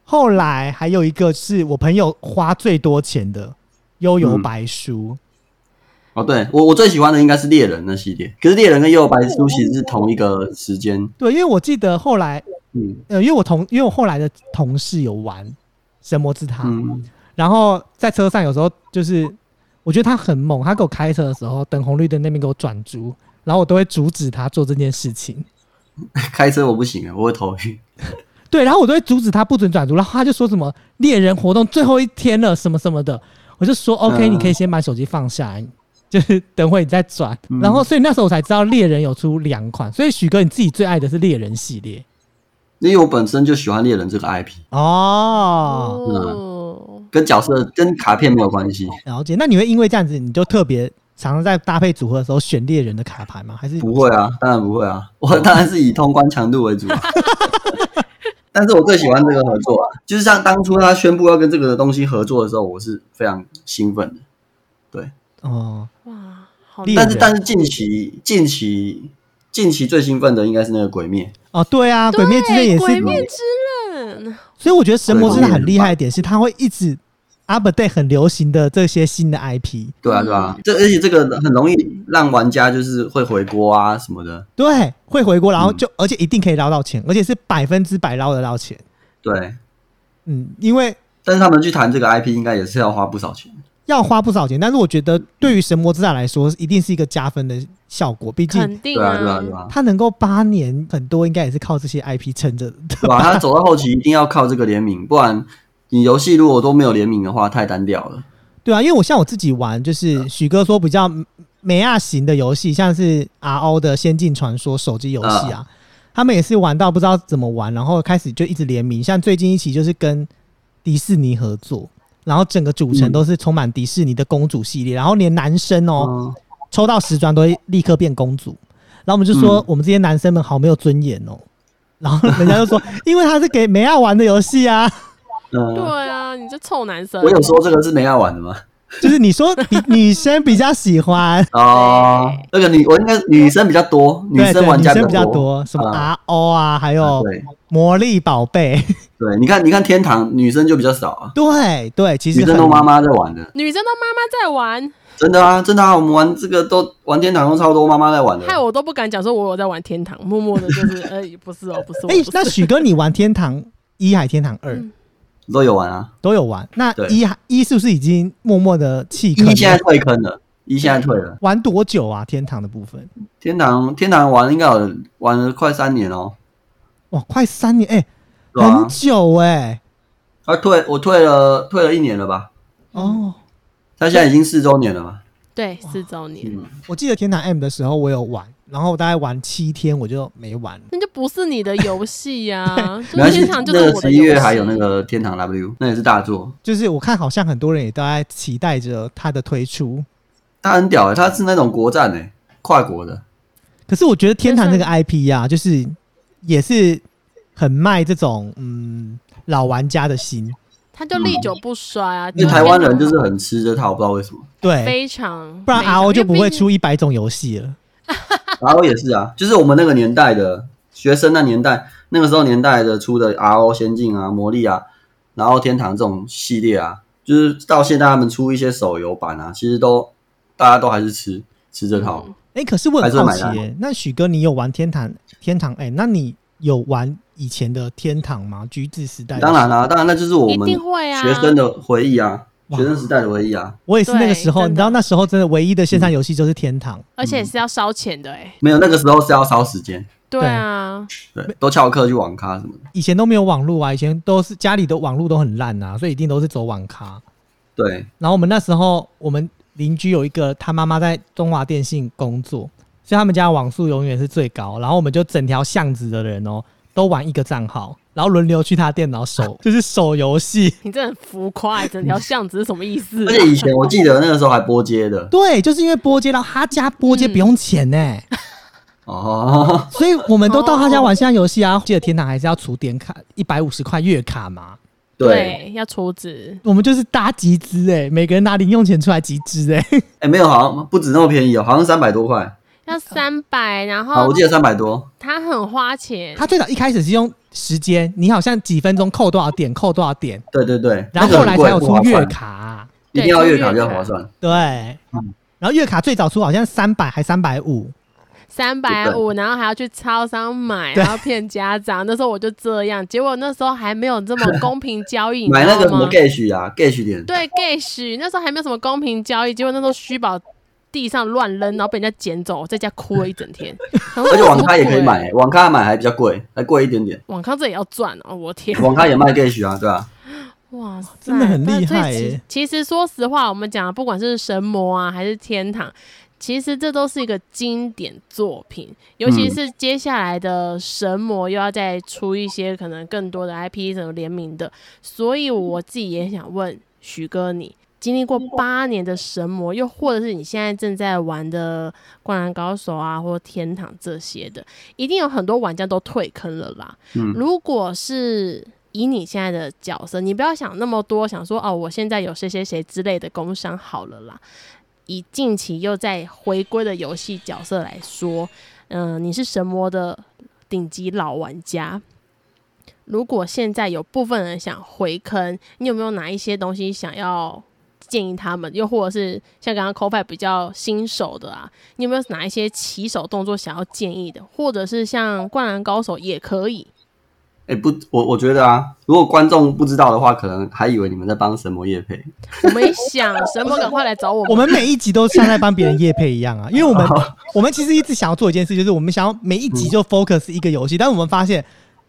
A: 后来还有一个是我朋友花最多钱的《悠游白书
E: 哦，对我我最喜欢的应该是猎人那系列，可是猎人跟幽游白书其实是同一个时间》，，
D: 嗯
A: 对，因为我记得后来，
E: 嗯
A: 呃，因为我同因为我后来的同事有玩《神魔之塔》
E: 嗯，
A: 然后在车上有时候就是，我觉得他很猛，他给我开车的时候，等红绿灯那边给我转珠，然后我都会阻止他做这件事情。
E: 开车我不行啊，我会头晕。
A: 对，然后我都会阻止他不准转租，然后他就说什么猎人活动最后一天了什么什么的，我就说 OK，、你可以先把手机放下来，就是等会你再转。然后所以那时候我才知道猎人有出两款，所以许哥你自己最爱的是猎人系列
E: 因为我本身就喜欢猎人这个 IP，
A: 哦，
D: 哦，
E: 跟角色跟卡片没有关系，
A: 了解。那你会因为这样子，你就特别常常在搭配组合的时候选猎人的卡牌吗？还是
E: 不会啊，当然不会啊，
A: 哦
E: 我当然是以通关强度为主、 啊。但是我最喜欢这个合作啊，就是像当初他宣布要跟这个东西合作的时候，我是非常兴奋的。
A: 哦？
D: 哇，好
A: 猎
D: 厉
A: 人
D: 害！
E: 但是但是近期近期近期最兴奋的应该是那个《鬼灭
A: 哦，对啊，鬼灭之刃也
D: 对鬼
A: 是，
D: 灭之刃，
A: 所以我觉得神魔之塔
E: 对
A: 很厉害一点是，它会一直 update 很流行的这些新的 IP。
D: 嗯
E: 对啊，对啊，这而且这个很容易让玩家就是会回锅啊什么的。
A: 对，会回锅，然后就、而且一定可以捞到钱，而且是百分之百捞得到钱。
E: 对，
A: 嗯，因为
E: 但是他们去谈这个 IP，应该也是要花不少钱。
A: 要花不少钱，但是我觉得对于神魔之塔来说，一定是一个加分的效果，毕竟。
D: 肯定
E: 对啊，对啊，对啊，
A: 它能够八年，很多应该也是靠这些 IP 撑着的。
E: 对吧？他走到后期一定要靠这个联名，不然你游戏如果都没有联名的话，太单调了。
A: 对啊，因为我像我自己玩，就是
E: 嗯
A: 许哥说比较美亚型的游戏，像是 RO 的《仙境传说》手机游戏
E: 嗯
A: 啊，他们也是玩到不知道怎么玩，然后开始就一直联名，像最近一期就是跟迪士尼合作，然后整个主城都是充满迪士尼的公主系列，然后连男生哦、
E: 嗯
A: 抽到时装都会立刻变公主，然后我们就说、
E: 嗯
A: 我们这些男生们好没有尊严哦。然后人家就说， 因为它是给美亚玩的游戏啊，
D: 对
E: 嗯，
D: 啊，你这臭男生，
E: 我有说这个是没爱玩的吗？
A: 就是你说比女生比较喜欢，
E: 哦，那个女我应该女生比较多，女
A: 对对
E: 生玩家
A: 女生比较
E: 多。
A: 多，什么
E: 啊
A: RO 啊，还有
E: 对
A: 魔力宝贝，
E: 对，你看你看天堂女生就比较少啊，
A: 对对，其实
E: 女生
A: 很
E: 都妈妈在玩的，
D: 女生都妈妈在玩，
E: 真的啊，真的啊，我们玩这个都玩天堂都超多妈妈在玩的。
D: 害我都不敢讲说我有在玩天堂，默默的 就是，呃，不是哦，不是，我
A: 哎、
D: 不是
A: 那许哥你玩天堂一还天堂二、
D: 嗯
E: 都有玩啊，
A: 都有玩，那
E: 对
A: 一还一是不是已经默默的弃坑
E: 一现在
A: 了？
E: 退坑了，一现在退了。
A: 玩多久啊？天堂的部分，
E: 天堂天堂玩应该有玩了快三年哦，
A: 哇，快三年，哎、
E: 对啊
A: 很，
D: 嗯
A: 久哎、
E: 他退我退了退了一年了吧？
A: 哦，
E: 他现在已经四周年了嘛？
D: 对四周年，
E: 嗯，
A: 我记得天堂 M 的时候我有玩，然后我大概玩七天我就没玩了。
D: 那就不是你的游戏呀，
E: 没
D: 就
E: 关
D: 是
E: 系
D: 天堂，就是
E: 那
D: 我的
E: 个十
D: 游
E: 一
D: 戏。
E: 月还有那个天堂 W，那也是大作，
A: 就是我看好像很多人也都在期待着它的推出，
E: 他很屌哎、他是那种国战哎、跨国的，
A: 可是我觉得天堂这
D: 就
A: 个
D: 是
A: IP 呀、就是也是很卖这种嗯老玩家的心，
D: 他就历久不衰啊，
E: 因为嗯台湾人就是很吃这套，不知道为什么。
A: 对，
D: 非常，
A: 哎不然啊
D: 非常
A: RO 就不会。
D: 因为毕竟
A: 出一百种游戏了。
E: RO 也是啊，就是我们那个年代的学生那年代，那个时候年代的出的 RO 仙境啊、魔力啊，然后天堂这种系列啊，就是到现在他们出一些手游版啊，其实都大家都还是吃吃这套。
A: 哎、可是我很好奇、
E: 还是会买啊
A: 耶，那许哥你有玩天堂天堂？哎、那你有玩以前的天堂吗？橘子时代？
E: 当然，啦、当然那就是我
D: 一
E: 们
D: 定会啊
E: 学生的回忆啊，
A: 哇
E: 学生时代的回忆啊。
A: 我也是那个
D: 对
A: 时候，
D: 真的
A: 你知道那时候真的唯一的线上游戏就是天堂。
D: 而
E: 嗯
D: 且是要烧钱的哎，
E: 没有那个时候是要烧时间，
D: 对啊，
E: 对，都翘课去网咖什么的。
A: 以前都没有网络啊，以前都是家里的网络都很烂啊，所以一定都是走网咖。
E: 对，
A: 然后我们那时候，我们邻居有一个他妈妈在中华电信工作，所以他们家网速永远是最高。然后我们就整条巷子的人哦，都玩一个账号，然后轮流去他电脑手， 就是手游戏。
D: 你这很浮夸，欸整条巷子是什么意思啊
E: 嗯而？且以前我记得那个时候还播街的
A: 对，就是因为波接到他家波接不用钱呢、
E: 哦，
A: 所以我们都到他家玩线上游戏啊。记得天堂还是要储点卡，一百五十块月卡嘛。
E: 对，，
D: 要出资，
A: 我们就是搭集资哎、每个人拿零用钱出来集资 哎、
E: 哎，没有，好像不止那么便宜哦，好像三百多块
D: 要
A: 嗯
D: 三百，然
E: 啊，
D: 后
E: 我记得三百多，
D: 他很花钱，
A: 他最早一开始是用时间，你好像几分钟扣多少点，扣多少点，
E: 对对对，
A: 然后后
E: 那个很
A: 来
E: 贵
A: 才有
E: 不
A: 出
E: 划
A: 月
E: 算嗯
A: 卡、
E: 一
D: 对
E: 定要
D: 出
E: 月
D: 月
E: 卡比较
D: 卡
E: 划算。
A: 对，
E: 嗯
A: 然后月卡最早出好像三百还三百五，
D: 三百五，然后还要去超商买，
A: 对
D: 然后骗家长。那时候我就这样，结果那时候还没有这 么公平交易，你
E: 买
D: 知
E: 那
D: 道
E: 个什么
D: 吗？
E: Gage 啊，Gage 点，
D: 对 Gash，那时候还没有什么公平交易，结果那时候虚宝地上乱扔，然后被人家捡走，在家哭了一整天。
E: 而
D: 而
E: 且网咖也可以买，，网咖买还比较贵，还贵一点点，
D: 网咖这也要赚哦！我天，
E: 网咖也卖 Gage 啊，对吧？
D: 哇塞，
A: 真的很厉害
D: 但所以
A: 耶
D: 其其实说实话，我们讲的不管是神魔啊，还是天堂，其实这都是一个经典作品。尤其
E: 嗯
D: 是接下来的神魔又要再出一些可能更多的 IP 什么联名的，所以我自己也想问许哥你。经历过八年的神魔，又或者是你现在正在玩的《灌篮高手》啊，或《天堂》这些的，一定有很多玩家都退坑了啦。
E: 嗯
D: 如果是以你现在的角色，你不要想那么多，想说哦，我现在有谁谁谁之类的工伤好了啦。以近期又在回归的游戏角色来说，嗯、你是神魔的顶级老玩家。如果现在有部分人想回坑，你有没有哪一些东西想要建议他们？又或者是像刚刚 c o f i 比较新手的啊，你有没有哪一些起手动作想要建议的？或者是像灌篮高手也可以。
E: 哎、不，我我觉得啊，如果观众不知道的话，可能还以为你们在帮神魔夜配。
D: 我们也想什 么，赶快来找我
A: 我
D: 们。
A: 们每一集都像在帮别人夜配一样啊，因为我们 我们其实一直想要做一件事，就是我们想要每一集
E: 嗯
A: 就 focus 一个游戏，但我们发现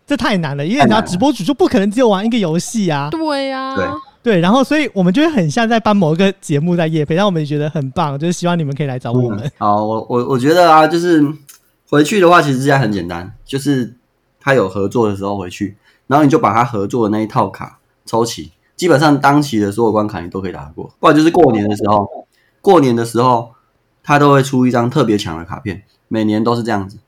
A: 这太难了，因为你知道
E: 太难了
A: 直播主就不可能只有玩一个游戏啊，
D: 对呀、
E: 对
A: 对，然后所以我们就会很像在帮某一个节目在夜配，但我们也觉得很棒，就是希望你们可以来找我们。
E: 嗯好，我我我觉得啊，就是回去的话，其实现在很简单，就是他有合作的时候回去，然后你就把他合作的那一套卡抽齐，基本上当期的所有关卡你都可以打得过。不然就是过年的时候，过年的时候他都会出一张特别强的卡片，每年都是这样子，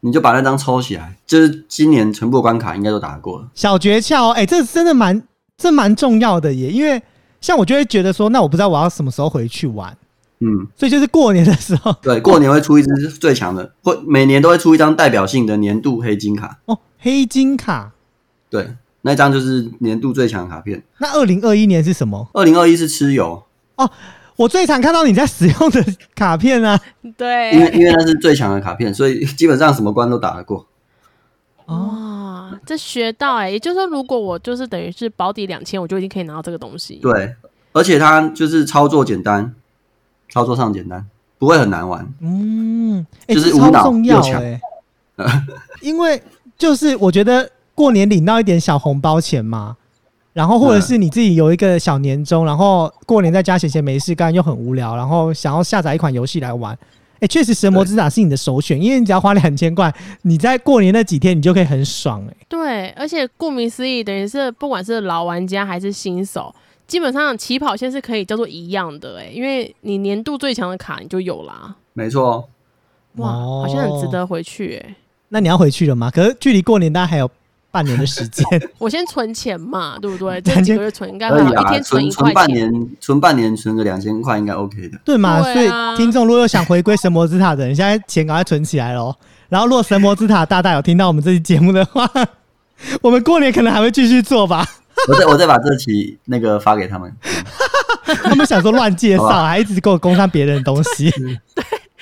E: 你就把那张抽起来，就是今年全部的关卡应该都打得过了。
A: 小诀窍哦，哎、这真的蛮这蛮重要的耶，因为像我就会觉得说，那我不知道我要什么时候回去玩，
E: 嗯，
A: 所以就是过年的时候
E: 对，过年会出一支最强的，会每年都会出一张代表性的年度黑金卡，
A: 哦，黑金卡。
E: 对，那张就是年度最强的卡片。
A: 那二零二一年是什么？
E: 二零二一是蚩尤，
A: 我最常看到你在使用的卡片啊。
D: 对
E: 因为因为那是最强的卡片，所以 基本上什么关都打得过。
D: 哦哇，这学到哎、也就是说，如果我就是等于是保底两千，我就已经可以拿到这个东西。，
E: 对，而且它就是操作简单，操作上简单，不会很难玩。
A: 嗯，哎、
E: 就是
A: 这
E: 无
A: 超
E: 脑
A: 重要
E: 又强
A: 哎、 因为就是我觉得过年领到一点小红包钱嘛，然后或者是你自己有一个小年终，然后过年在家闲闲没事干又很无聊，然后想要下载一款游戏来玩。哎、确实《神魔之塔》是你的首选，因为你只要花两千块，你在过年那几天你就可以很爽哎、
D: 对，而且顾名思义，等于是不管是老玩家还是新手，基本上起跑线是可以叫做一样的哎、因为你年度最强的卡你就有啦。
E: 没错，哦
D: 哇，好像很值
A: 哦。
D: 得回去哎、
A: 那你要回去了吗？可是距离过年大概还有半年的时 间。
D: 我先存钱嘛，对不 对？
A: 感
D: 这几
A: 觉
D: 个月存应该
E: 可
D: 会
E: 以
D: 有一
E: 啦，
D: 天
E: 啊存
D: 一
E: 存
D: 块
E: 半
D: 钱。
E: 年，存半年存个两千块应该 OK 的。
A: 对嘛？所
D: 对啊
A: 以听众如果有想回归神魔之塔的人，现在钱赶快存起来喽。然后，如果神魔之塔大大有听到我们这期节目的话，我们过年可能还会继续做吧。
E: 我再我再把这期那个发给他们。
A: 他们想说乱介绍，
E: 好吧
A: 还一直给我攻上别人的东 西。
D: 嗯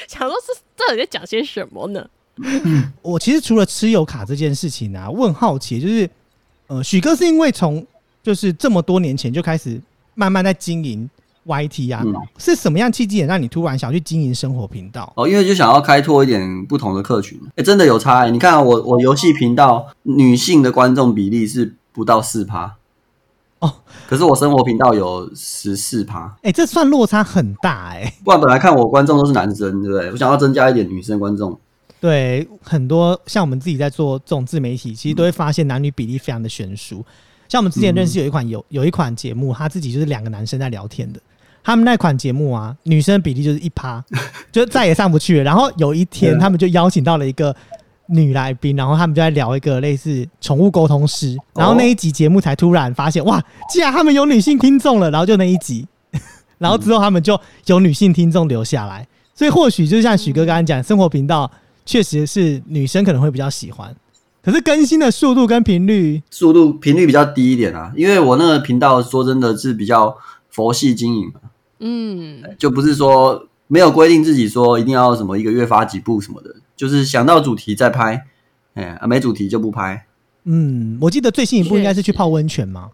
D: 想说是这到底在讲些什么呢？
A: 我其实除了吃油卡这件事情啊，我很好奇，就是呃，许哥是因为从就是这么多年前就开始慢慢在经营 YT 啊，
E: 嗯
A: 是什么样契机也让你突然想去经营生活频道？
E: 哦，因为就想要开拓一点不同的客群。哎，真的有差哎、你看啊我我游戏频道女性的观众比例是不到四趴
A: 哦，
E: 可是我生活频道有十四趴。
A: 哎、这算落差很大哎、
E: 不然本来看我观众都是男生，对不对？我想要增加一点女生观众。
A: 对，很多像我们自己在做这种自媒体，其实都会发现男女比例非常的悬殊。像我们之前认识有一款有有一款节目，他自己就是两个男生在聊天的。他们那款节目啊，女生比例就是一趴，就再也上不去了。然后有一天，
E: 对
A: 他们就邀请到了一个女来宾，然后他们就在聊一个类似宠物沟通师。然后那一集节目才突然发现，哇，既然他们有女性听众了，然后就那一集， 然后之后他们就有女性听众留下来。所以或许就像许哥刚刚讲，生活频道确实是女生可能会比较喜欢，可是更新的速度跟频率，
E: 速度频率比较低一点啊，因为我那个频道说真的是比较佛系经营，
D: 嗯，
E: 就不是说没有规定自己说一定要什么一个月发几部什么的，就是想到主题再拍，哎、啊没主题就不拍。
A: 嗯，我记得最新一部应该是去
D: 确实
A: 泡温泉嘛，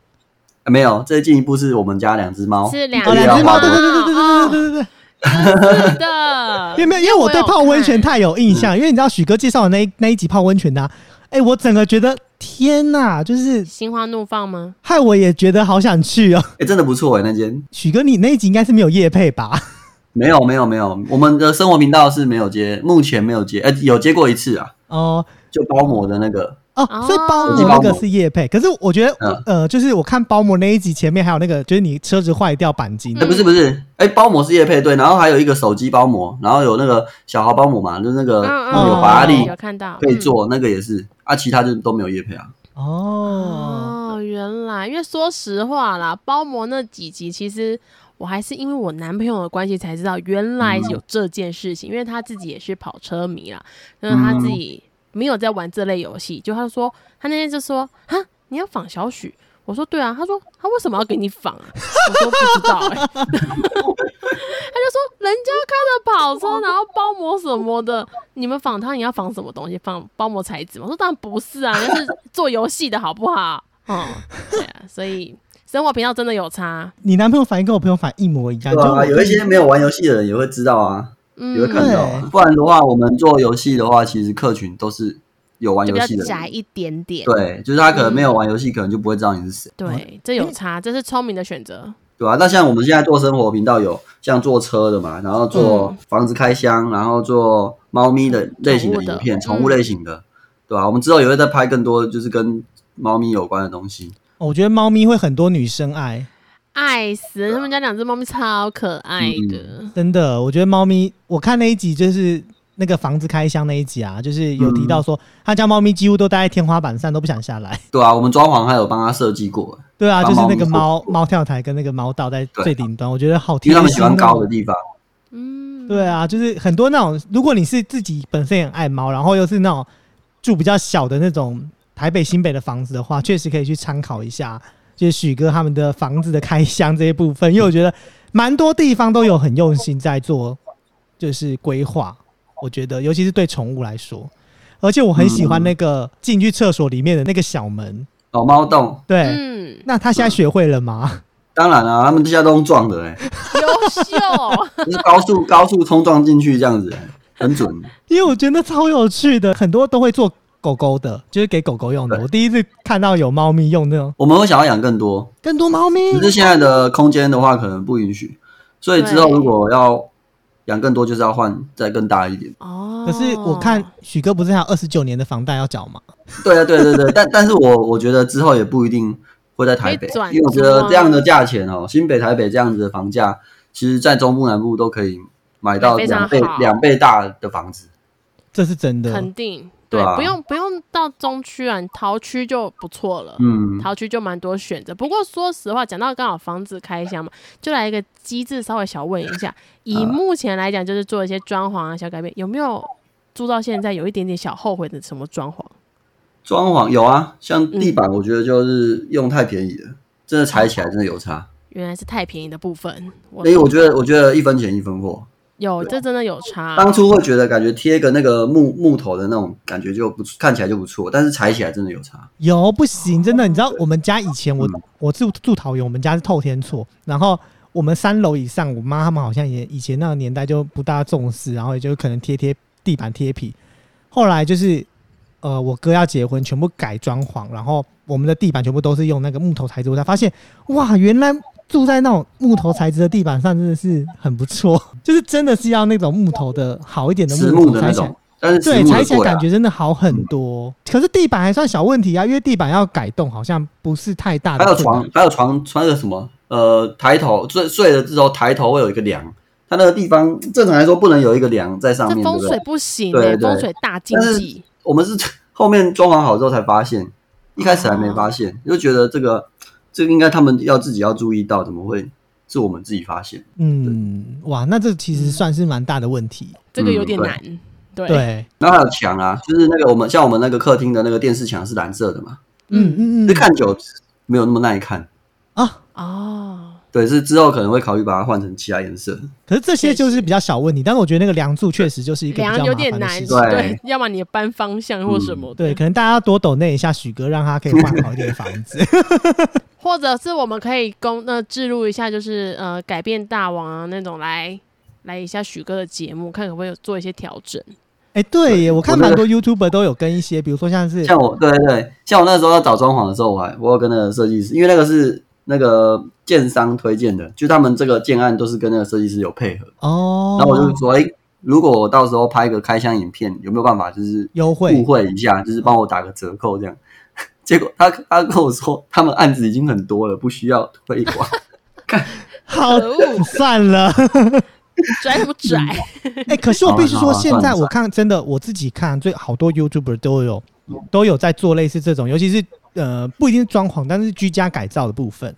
E: 啊没有，再进一步是我们家两只猫，
D: 是两
A: 哦，两只猫，对对对对对
D: 哦
A: 对对对对
D: 是的
A: 对，因 为，没有，因为我对泡温泉太有印象，因为你知道许哥介绍的那一那一集泡温泉的、啊，哎、我整个觉得天呐，就是
D: 心花怒放吗？
A: 害我也觉得好想去哦。
E: 哎、真的不错哎、那间
A: 许哥，你那一集应该是没有夜配吧？
E: 没有没有没有，我们的生活频道是没有接，目前没有接，呃、有接过一次啊，
A: 哦
E: 就包膜的那个，
A: 哦
D: 哦，
A: 所以包膜那个是夜配，可是我觉得、
E: 嗯
A: 呃，就是我看包膜那一集前面还有那个，就是你车子坏掉钣金
E: 哎、，不是不是，哎、包膜是叶配对，然后还有一个手机包膜，然后有那个小豪包膜嘛，就是那个
D: 嗯
A: 嗯
E: 呃有法拉利
D: 有看到
E: 可以。做，那个也是啊，其他就都没有叶配啊。
D: 嗯
A: 哦
D: 哦，原来，因为说实话啦，包膜那几集其实。我还是因为我男朋友的关系才知道，原来有这件事情。因为他自己也是跑车迷啦，然后他自己没有在玩这类游戏，就他说他那天就说啊，你要仿小许？”我说：“对啊。”他说：“他为什么要给你仿啊？”我说：“不知道、欸。”他就说：“人家开着跑车，然后包膜什么的，你们仿他，你要仿什么东西？仿包膜材质吗？”我说：“当然不是啊，那是做游戏的好不好？”嗯，对啊，所以生活频道真的有差。
A: 你男朋友反应跟我朋友反应一模一样，
E: 对
A: 就
E: 啊，
A: 我
E: 有一些没有玩游戏的人也会知道啊，也会
D: 嗯，
E: 看到啊。不然的话，我们做游戏的话，其实客群都是有玩
D: 嗯就
E: 游
D: 比较
E: 戏的
D: 窄嗯
E: 人。
D: 一点点。
E: 对，就是他可能没有玩游戏，可能就不会知道你是谁，
D: 对，这有差，这是聪明的选择。
E: 对吧、那像我们现在做生活频道，有像做车的嘛，然后做房子开箱，然后做猫咪的类型的影片，
D: 嗯宠嗯
E: 宠
D: 物的
E: 物类型的，对吧、我们之后也会再拍更多就是跟猫咪有关的东西。
A: 哦我觉得猫咪会很多女生爱，
D: 爱死了！他们家两只猫咪超可爱的，
A: 真的，我觉得猫咪，我看那一集就是那个房子开箱那一集啊，就是有提到说，他家猫咪几乎都待在天花板上，都不想下来。
E: 对啊，我们装潢还有帮他设计过，
A: 对啊，
E: 把
A: 就是
E: 猫
A: 那
E: 咪
A: 个
E: 做
A: 猫猫跳台跟那个猫道在
E: 对啊
A: 最顶端，我觉得好贴
E: 因为
A: 心、
E: 他
A: 哦。
E: 们喜欢高的地方。
D: 嗯，
A: 对啊，就是很多那种，如果你是自己本身也很爱猫，然后又是那种住比较小的那种台北新北的房子的话，确实可以去参考一下，就是许哥他们的房子的开箱这一部分，因为我觉得蛮多地方都有很用心在做，就是规划。我觉得，尤其是对宠物来说，而且我很喜欢那个进去厕所里面的那个小门。
E: 哦，猫洞，
A: 对，
D: 嗯，
A: 那他现在学会了吗？
E: 当然啊，他们这下都用撞的哎、
D: 优秀，
E: 就是高速高速冲撞进去这样子、欸，很准。
A: 因为我觉得超有趣的，很多都会做狗狗的，就是给狗狗用的。
E: 对
A: 我第一次看到有猫咪用那种，
E: 我们会想要养更多，
A: 更多猫咪
E: 只是现在的空间的话可能不允许，所以之后
D: 对
E: 如果要养更多，就是要换再更大一点。
D: 哦。
A: 可是我看许哥不是还有二十九年的房贷要缴吗？
E: 对啊，对对对，但但是我我觉得之后也不一定会在台北
D: 可以转，
E: 因为我觉得这样的价钱哦，新北、台北这样子的房价，其实在中部、南部都可以买到
D: 非常
E: 两倍
D: 好
E: 两倍大的房子。嗯
A: 这是真的。
D: 肯定，对，
E: 对啊
D: 不用不用到中区啊，桃区就不错了。
E: 嗯，
D: 桃区就蛮多选择，不过说实话，讲到刚好房子开箱嘛，就来一个机制稍微小问一
E: 嗯
D: 下，以目前来讲，就是做一些装潢啊小改变，有没有住到现在有一点点小后悔的什么装潢？
E: 装潢有啊，像地板，我觉得就是用太便宜了，真的踩起来真的有差。
D: 原来是太便宜的部分，我
E: 因为我觉得，我觉得一分钱一分货。
D: 有这真的有差，
E: 当初会觉得感觉贴个那个木木头的那种感觉就不看起来就不错，但是踩起来真的有差。
A: 有不行，真的，你知道我们家以前我
E: 哦嗯
A: 我住住桃园，我们家是透天厝，然后我们三楼以上，我妈他们好像也以前那个年代就不大重视，然后也就可能贴贴地板贴皮。后来就是呃，我哥要结婚，全部改装潢，然后我们的地板全部都是用那个木头材质，我才发现哇，原来住在那种木头材质的地板上真的是很不错， 就是真的是要那种木头的好一点的
E: 实
A: 木
E: 木
A: 头
E: 的
A: 才
E: 那
A: 起来
E: 种，但是实
A: 对，
E: 木
A: 踩
E: 的
A: 起来
E: 贵
A: 感
E: 啊。
A: 觉真的好很多。可是地板还算小问题啊，因为地板要改动，好像不是太大的
E: 还有
A: 困难
E: 床，还有床，穿个什么？呃，抬头睡睡了之后，抬头会有一个梁，它那个地方正常来说不能有一个梁在上
D: 这
E: 面，对
D: 风
E: 不
D: 水
E: 对？
D: 不行、
E: 对
D: 欸，
E: 对
D: 风水大禁
E: 但是
D: 忌。
E: 我们是 后面装潢好之后才发现，一开始还没发现，
D: 哦
E: 就觉得这个这个应该他们要自己要注意到，怎么会是我们自己发现？
A: 嗯，哇，那这其实算是蛮大的问题。
D: 这个有点
E: 嗯对
D: 难。对，
A: 对，嗯
E: 然后还有墙啊，就是那个我们像我们那个客厅的那个电视墙是蓝色的嘛，
A: 嗯
D: 嗯
A: 嗯
E: 就
A: 嗯
E: 看久没有那么耐看。
A: 啊。
D: 哦，
E: 对，是之后可能会考虑把它换成其他颜色。
A: 可是这些就
D: 确
A: 是
D: 实
A: 比较小问题，但是我觉得那个梁柱确实就是一个比较
D: 量
A: 麻
D: 有
A: 烦
D: 点
A: 的
D: 难，
A: 事情。嗯
E: 对
D: 对，要么你搬方向或什么的，
A: 对，可能大家要多抖那一下许哥，让他可以换好一点的房 子。
D: 或者是我们可以公那置入一下，就是呃改变大王啊那种来来一下许哥的节目，看可不可以有做一些调整。
A: 哎、对耶，我看
E: 我那
A: 蛮
E: 个
A: 多 YouTuber 都有跟一些，比如说像是
E: 像我，对对对，像我那时候要找装潢的时候，我还我有跟那个设计师，因为那个是那个建商推荐的，就他们这个建案都是跟那个设计师有配合。
A: 哦，
E: 然后我就说，哎、如果我到时候拍个开箱影片，有没有办法就是
A: 优惠
E: 互惠一下，就是帮我打个折扣这样？ 结果他他跟我说，他们案子已经很多了，不需要 推广。
A: 好
D: 可恶，
A: 算了。
D: 拽什么拽？
A: 哎、可是我必须说，
E: 好啊好啊
A: 现在
E: 算了嗯
A: 我看真的我自己看，最好多 YouTuber 都有都有在做类似这种，尤其是呃不一定是装潢，但是居家改造的部分，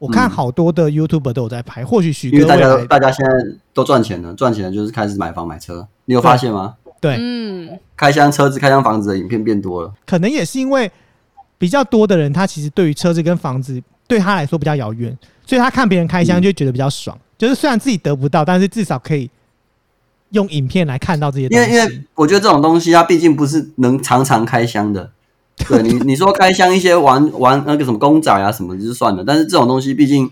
A: 我看
E: 嗯
A: 好多的 YouTuber 都有在拍。或许许
E: 因为
A: 哥
E: 大
A: 未
E: 家都
A: 来
E: 大家现在都赚钱了，赚钱了就是开始买房买车。你有发现吗？
A: 对，
D: 嗯，
E: 开箱车子、开箱房子的影片变多了。
A: 可能也是因为比较多的人，他其实对于车子跟房子对他来说比较遥远，所以他看别人开箱
E: 嗯
A: 就觉得比较爽，就是虽然自己得不到，但是至少可以用影片来看到这些
E: 因
A: 东
E: 为因
A: 西
E: 为。我觉得这种东西它毕竟不是能常常开 箱的。对你你说开箱一些玩玩那个什么公仔啊什么就是算了，但是这种东西毕竟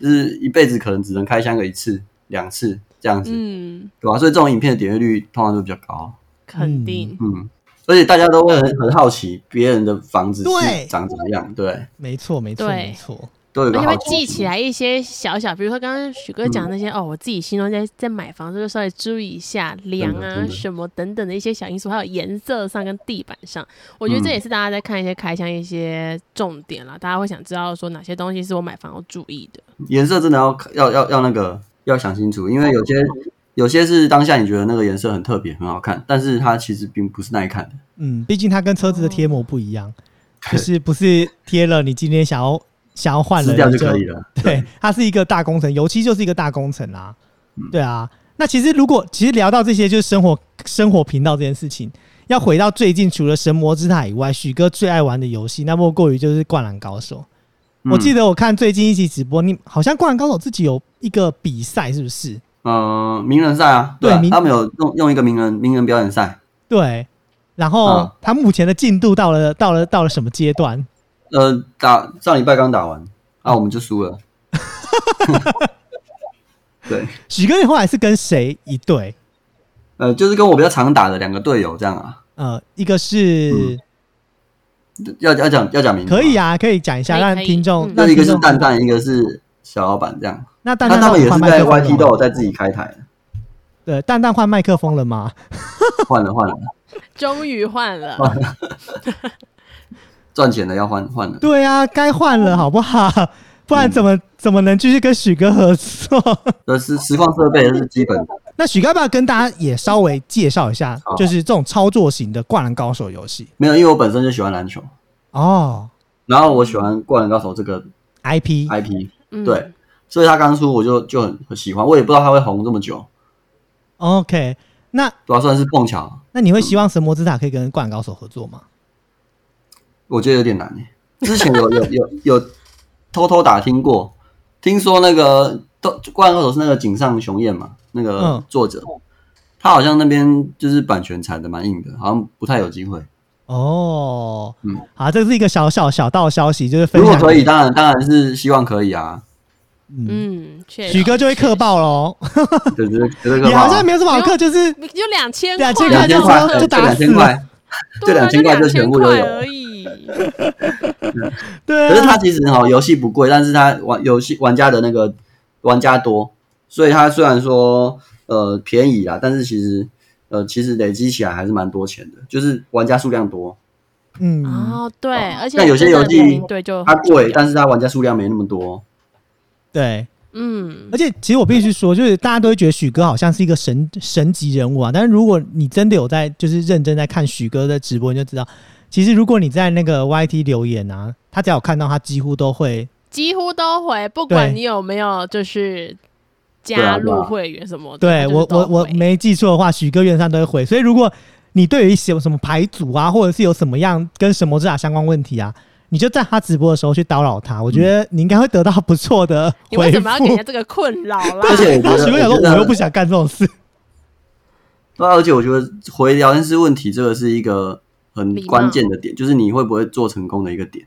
E: 就是一辈子可能只能开箱个一次两次这样子，
D: 嗯，
E: 对吧、所以这种影片的点阅率通常都比较高。
D: 肯定。
E: 嗯，而且大家都会很很好奇别人的房子
A: 对
E: 是长怎么样，对，
A: 没错，没错，
D: 对
A: 没错。
E: 都有
D: 而
E: 个
D: 且
E: 好
D: 会
E: 奇
D: 记
E: 心
D: 起。来一些小小，比如说刚刚许哥讲那些、哦，我自己心中在在买房的时候稍微注意一下梁啊
E: 真的
D: 什么等等的一些小因素，还有颜色上跟地板上，我觉得这
E: 嗯
D: 也是大家在看一些开箱一些重点啦，大家会想知道说哪些东西是我买房要注意的。
E: 颜色真的要要要要那个要想清楚，因为有些有些是当下你觉得那个颜色很特别很好看，但是它其实并不是耐看的。
A: 嗯，毕竟它跟车子的贴膜不一样，
E: 哦
A: 就是不是贴了你今天想要想要换了
E: 撕掉
A: 你
E: 就可以了
A: 对，它是一个大工程，油漆就是一个大工程啦。
E: 嗯
A: 对啊，那其实如果其实聊到这些就是生活生活频道这件事情，要回到最近除了神魔之塔以外，许哥最爱玩的游戏，那莫过于就是灌篮高手。我记
E: 得，
A: 得我看最近一期直播，你好像灌篮高手自己有一个比赛，是不是？
E: 嗯、呃，名人赛啊，对啊
A: 对名
E: 他们有用用一个名人名人表演赛，
A: 对。然后
E: 啊
A: 他目前的进度到了到了到了什么阶段？
E: 呃，打上礼拜刚打完，啊，我们就输了。 对，
A: 许哥，你后来是跟谁一队？
E: 呃，就是跟我比较常打的两个队友这样啊，
A: 呃，一个
E: 嗯
A: 是、
E: 要要讲要讲名字吗
A: 可以，啊，可以讲一下，
D: 可以
A: 让
D: 可以
A: 听众
D: 嗯
E: 那
A: 让
E: 一个
A: 听
E: 是
A: 众
E: 蛋，蛋，一个是小老板这样，
A: 那蛋
E: 那
A: 蛋
E: 他们也是
A: 换麦
E: 在
A: 克风了
E: YT 都有
A: 吗
E: 在自己开台，
A: 对蛋蛋换麦克风了吗？
E: 换了换了，
D: 终于换了，
E: 哦赚钱的要换换了。
A: 对啊，该换了好不好？不然怎么、怎么能继续跟许哥合作？
E: 呃，实实况设备是基本的，
A: 那许哥要不要跟大家也稍微介绍一下
E: 好，
A: 就是这种操作型的灌篮高手游戏
E: 没有，因为我本身就喜欢篮球，
A: 哦
E: 然后我喜欢《灌篮高手》这个
A: ？IP
E: IP，
D: 嗯，
E: 对，所以他刚出我就就很很喜欢，我也不知道他会红这么久，
A: OK，那
E: 主要算是碰巧，
A: 那你会希望神魔之塔可以跟灌篮高手合作吗？
E: 我觉得有点难耶。之前有有有有偷偷打听过，听说那个都《灌篮高手》是那个井上雄彦嘛，那个
A: 嗯
E: 作者，他好像那边就是版权踩的蛮硬的，好像不太有机会。
A: 哦，
E: 嗯
A: 好，这是一个小小小道消息，就是分
E: 如果
A: 享
E: 可
A: 给
E: 以，当然当然是希望可以啊，
A: 嗯，
D: 嗯，确实
A: 许哥就会克爆喽。
E: 对对对，啊
A: 也好像
E: 没
A: 没有什么好克，就是
D: 你就两千
A: 两千
E: 两
A: 块
E: 千
A: 就
E: 块，
A: 就
E: 对
A: 打
E: 两
A: 死
E: 千
A: 了
E: 块，
D: 对啊，
E: 这2000块就
D: 就
E: 全
D: 2000
E: 部都有
D: 块而已。
A: 对
E: 可是它
A: 啊，
E: 其实哈游戏不贵，但是它玩游戏玩家的那个玩家多，所以它虽然说呃便宜啦，但是其实呃其实累积起来还是蛮多钱的，就是玩家数量多，
A: 嗯，
D: 哦，对，而且
E: 像有些
D: 真的
E: 游戏
D: 联名对就
E: 它贵，但是它玩家数量没那么多。
A: 对。
D: 嗯
A: 而且其实我必须说，就是大家都会觉得许哥好像是一个神神级人物啊，但是如果你真的有在就是认真在看许哥的直播，你就知道，其实如果你在那个 YT 留言啊，他只要有看到他，几乎都会
D: 几乎都回，不管
A: 对
D: 你有没有就是
E: 对
D: 加
E: 啊对
D: 入
E: 啊
D: 会员什么的，
A: 对
D: 他就是
A: 我
D: 都
A: 我我
D: 回
A: 没记错的话，许哥原上都会回。所以如果你对于一些什么牌组啊，或者是有什么样跟神魔之塔相关问题啊，你就在他直播的时候去叨扰他，我觉得你应该会得到不错的
D: 你
A: 回
D: 为
A: 复
D: 什。么要给人家这个困扰啦？
E: 而且
A: 然
E: 我觉
A: 后
E: 得，
A: 许哥想说，
E: 我觉
A: 我
E: 得
A: 又不想干这种事。
E: 对啊而且我觉得回聊天室问题这个是一个很
D: 礼貌
E: 关键的点，就是你会不会做成功的一个点。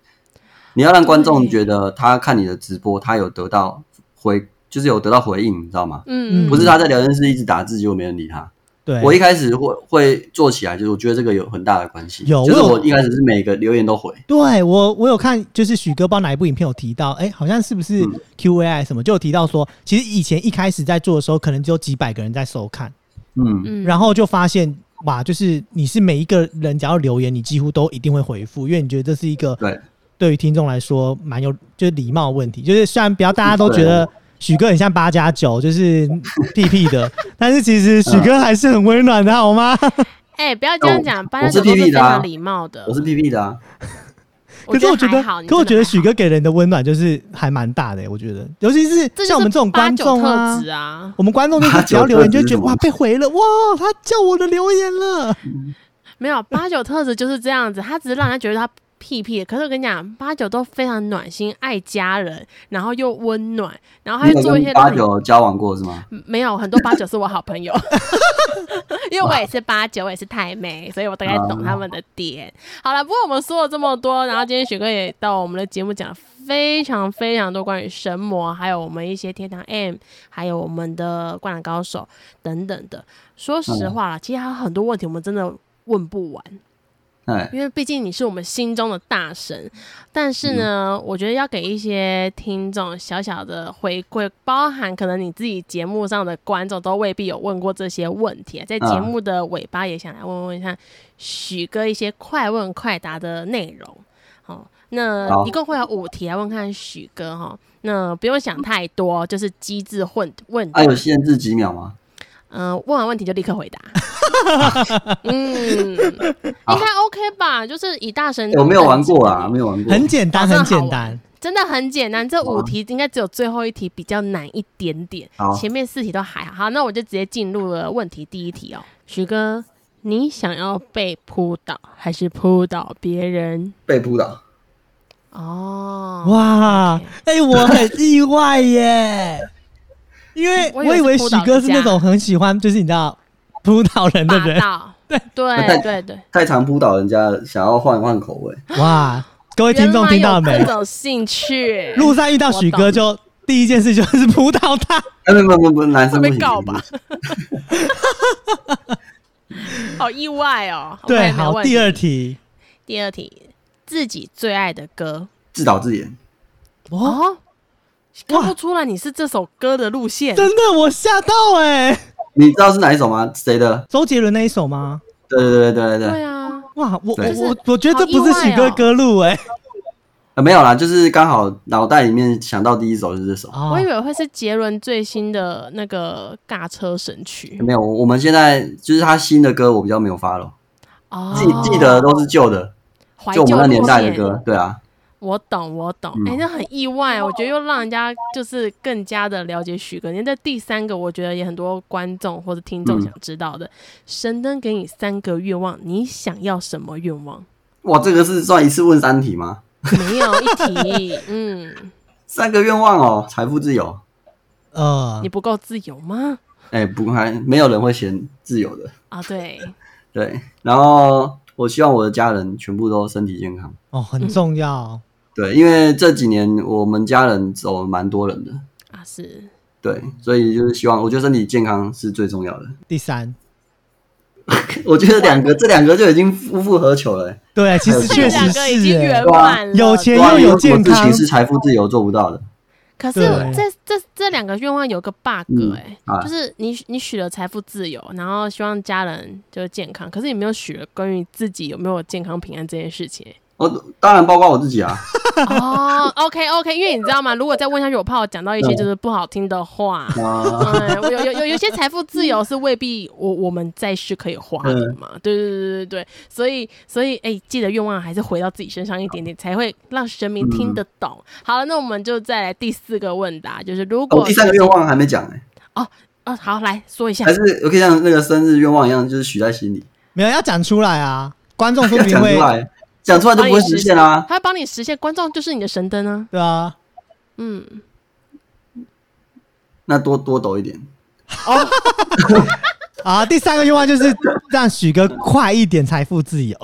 E: 你要让观众
D: 对
E: 觉得他看你的直播，他有得到回，就是有得到回应，你知道吗？
D: 嗯，
E: 不是他在聊天室一直打字，结果没人理他。
A: 对，
E: 我一开始会会做起来，就是我觉得这个有很大的关系。
A: 有
E: 就是
A: 我有
E: 我一开始是每个留言都回，
A: 对我，我有看，就是许哥不知道哪一部影片有提到，哎、好像是不是
E: 嗯
A: Q&A 什么，就有提到说，其实以前一开始在做的时候，可能只有几百个人在收看，
E: 嗯，
D: 嗯，
A: 然后就发现哇，就是你是每一个人只要留言，你几乎都一定会回复，因为你觉得这是一个
E: 对，
A: 对于听众来说蛮有就是礼貌的问题，就是虽然不要大家都觉得许哥很像八加九，就是屁屁的，但是其实许哥还是很温暖的，好 吗？
D: 哎，不要这样讲，八
E: 我
D: 家
E: 是
D: 九都
E: PV
D: 非
E: 的啊
D: 常礼貌的
A: 嗯
E: 我。是 PP 的啊，
A: 可是我觉
D: 还
A: 得
D: 好，，你
A: 可我
D: 真的
A: 觉得
D: 还
A: 许
D: 好
A: 哥给人的温暖就是还蛮大的、我觉得，尤其是
D: 这就是
A: 像我们这种观众
D: 89
A: 啊
D: 特质，啊，
A: 我们观众就是只要留言就觉得哇
E: 89
A: 被回了，哇他叫我的留言了，
D: 没有八九特质就是这样子，他只是让人家觉得他屁屁的。可是我跟你讲，八九都非常暖心，爱家人，然后又温暖，然后还
E: 你
D: 会
E: 有
D: 做一些
E: 跟八九交往过是吗？
D: 嗯没有很多八九是我好朋友， 因为我也是八九，我也是太妹，所以我大概懂他们的点。好了，不过我们说了这么多，然后今天许哥也到我们的节目讲了非常非常多关于神魔，还有我们一些天堂 M，还有我们的灌篮高手等等的。说实话啦，其实还有很多问题我们真的问不完。
E: 哎，
D: 因为毕竟你是我们心中的大神。但是呢，我觉得要给一些听众小小的回馈，包含可能你自己节目上的观众都未必有问过这些问题啊，在节目的尾巴也想来问问一下许哥一些快问快答的内容。哦，那
E: 好
D: 一共会有五题来问看许哥哈、哦。那不用想太多，就是机智混问答
E: 啊还、有限制几秒吗？
D: 嗯、问完问题就立刻 回答。嗯，应该 OK 吧？就是以大神、
E: 哎我没有玩过啊，，没有玩过。
A: 很简单，
D: 好
A: 很
D: 像好
A: 简
D: 玩
A: 单。
D: 真的很简单。这五
E: 哇
D: 题应该只有最后一题比较难一点点
E: 好，
D: 前面四题都还好。好，那我就直接进入了问题第一题哦，许哥，你想要被扑倒还是扑倒别人？
E: 被扑倒，
D: 哦，
A: 哇
D: OK，
A: 哎、我很意外 耶，因为
D: 我
A: 我
D: 以为
A: 以为
D: 是
A: 许
D: 扑倒
A: 哥
D: 人
A: 是
D: 家
A: 那种很喜欢，就是你知道扑倒人的
D: 霸
A: 人。
D: 道，对对
E: 但
D: 对对，
E: 太常扑倒人家，想要换换口味。
A: 哇，各位听众听到了
D: 原来
A: 没
D: 有这？种兴趣，
A: 路上遇到许
D: 我
A: 哥就第一件事就是扑倒他。
E: 哎，不不不不，男生不
D: 会
E: 行
D: 被告吧？好意外哦。
A: 对，
D: OK，没有
A: 好，
D: 问题
A: 第二题。
D: 第二题，自己最爱的歌
E: 自导自演，
A: 哦，
D: 哦，看
A: 哇
D: 不出来你是这首歌的路线。
A: 真的我吓到哎、
E: 你知道是哪一首吗？谁的？
A: 周杰伦那一首吗？
E: 对对对对对
D: 对
E: 对，
D: 啊，
A: 哇，我
E: 对
A: 我
E: 就是
A: 我我觉得这
D: 好意
A: 不是许
D: 外
A: 哥
D: 哦
A: 歌路哎、
E: 呃，没有啦，就是刚好脑袋里面想到第一首就是这首。
A: 哦
D: 我以为会是杰伦最新的那个尬车神曲
E: 没有，我我们现在就是他新的歌，我比较没有发了，
D: 哦，
E: 记记得都是旧的，
D: 怀
E: 就
D: 旧
E: 我们那
D: 路
E: 年代的
D: 线
E: 歌。对啊，
D: 我懂，我懂。
E: 嗯
D: 哎、那很意外，我觉得又让人家就是更加的了解许哥。因为这第三个，我觉得也很多观众或者听众
E: 嗯
D: 想知道的。神灯给你三个愿望，你想要什么愿望？
E: 哇，这个是算一次问三题吗？
D: 没有一 题，嗯，
E: 三个愿望哦，财富自由。
D: 哦
A: 呃
D: 你，不够自由吗？
E: 哎、不还没有人会嫌自由的。
D: 啊，对，
E: 对，然后我希望我的家人全部都身体健康。
D: 嗯
A: 哦，很重要。
E: 对，因为这几年我们家人走了蛮多人的，
D: 啊是，
E: 对，所以就是希望，我觉得身体健康是最重要的。
A: 第三，
E: 我觉得两个这两个就已经夫复何求了、
A: 对， 其实
E: 这
A: 确
D: 这两
A: 实
D: 个已经
A: 是、欸
D: 圆。满了，
A: 有钱
E: 对啊
A: 又
E: 有
A: 有
E: 什么
A: 健
E: 事
A: 康
E: 情，是财富自由做不到的？
D: 可是
A: 对
D: 这这这两个愿望有个 bug
E: 嗯
D: 哎、
E: 啊
D: 就是你你许了财富自由，然后希望家人就是健康，可是你没有许了关于自己有没有健康平安这件事 情、
E: 我当然包括我自己啊，
D: 欸。哦，OK OK，因为你知道吗？如果再问下去，我怕我讲到一
E: 嗯
D: 些就是不好听的话。
E: 啊，
D: 嗯，我有有有有些财富自由是未必我我们在世可以花的
A: 嗯
D: 嘛，对对对对对，所以所以哎、记得愿望还是回到自己身上一点点，才会让神明听得懂。好了，那我们就再来第四个问答，就是
A: 哦
D: 如
E: 我、
D: 果
E: 第三个愿望还没讲哎、
D: 哦，好来说一下
E: 还，是我可以像那个生日愿望一样，就是许在心里，
A: 没有要讲出来啊，观众说
E: 要
A: 不定
E: 讲
A: 会
E: 出来，讲出来都不会实现啊。
D: 他会帮你实现，观众就是你的神灯啊，
A: 对啊，
D: 嗯，
E: 那多多抖一点，
A: 啊，第三个愿望就是让许哥快一点财富自由，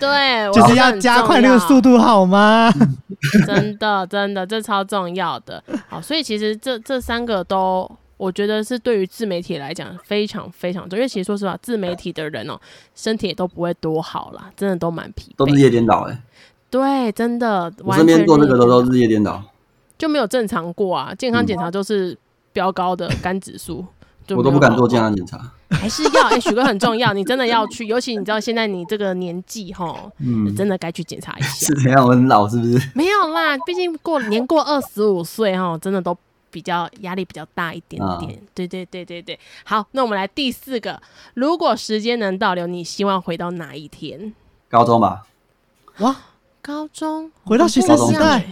D: 对，
A: 就是
D: 我觉得
A: 要
D: 很
A: 加
D: 重
A: 快那个
D: 要
A: 速度，好吗？
D: 真的，真的，这超重要的。好，所以其实这这三个都，我觉得是对于自媒体来讲非常非常重要。因为其实说实话，自媒体的人哦、身体也都不会多好啦，真的都蛮疲
E: 都日
D: 惫。
E: 夜颠倒哎、
D: 对，真的，
E: 我
D: 完
E: 身边
D: 全
E: 做这个的
D: 都
E: 都日夜颠倒，
D: 就没有正常过啊，健康检查就是飙高的肝指数。就
E: 嗯我都
D: 没有
E: 不敢
D: 好
E: 做健康检查。
D: 还是要哎、许哥很重要，你真的要去，尤其你知道现在你这个年纪哈，
E: 嗯，
D: 真的该去检查一下
E: 是。怎样？我很老是不是？
D: 没有啦，毕竟过年过二十五岁哈，真的都比较压力比较大一点点。对对对对对，好，那我们来第四个，如果时间能倒流，你希望回到哪一天？
E: 高中吧，
A: 哇，
D: 高中，
A: 回到学生时代，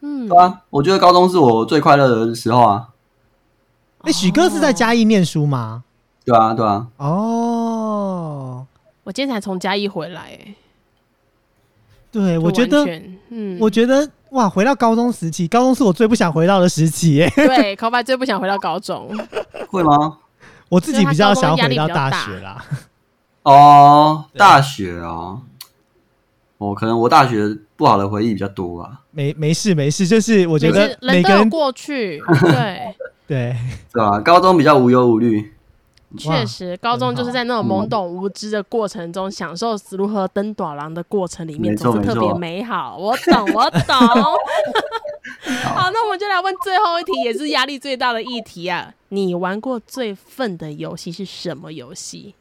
D: 嗯
E: 对，啊，我觉得高中是我最快乐的时候啊。
A: 哎、许哥是在嘉义念书吗？
E: 对啊，对啊，
A: 哦，
D: 我今天才从嘉义回来、欸，
A: 对，我
D: 就
A: 觉
D: 完
A: 得，
D: 全，嗯，
A: 我觉得哇，回到高中时期，高中是我最不想回到的时期耶。
D: 对 c o 最不想回到高中，
E: 会吗？
A: 我自己比较想要回到
D: 对他高中压力比较
A: 大
D: 大
A: 学啦。
E: 哦，大学啊，哦，可能我大学不好的回忆比较多啊，
A: 没没事没事，就是 我
D: 我
A: 觉得每
D: 人
A: 个
D: 都有
A: 人
D: 过去，对，
A: 对
E: 是吧？啊高中比较无忧无虑，
A: 哇
D: 确实，高中就是在那种懵懂无知的过程中，享受如何登短廊的过程里面，
E: 没错
D: 总是特
E: 没
D: 别
E: 错
D: 美好。我懂，我懂。好，那我们就来问最后一题，也是压力最大的议题啊！你玩过最愤的游戏是什么游戏？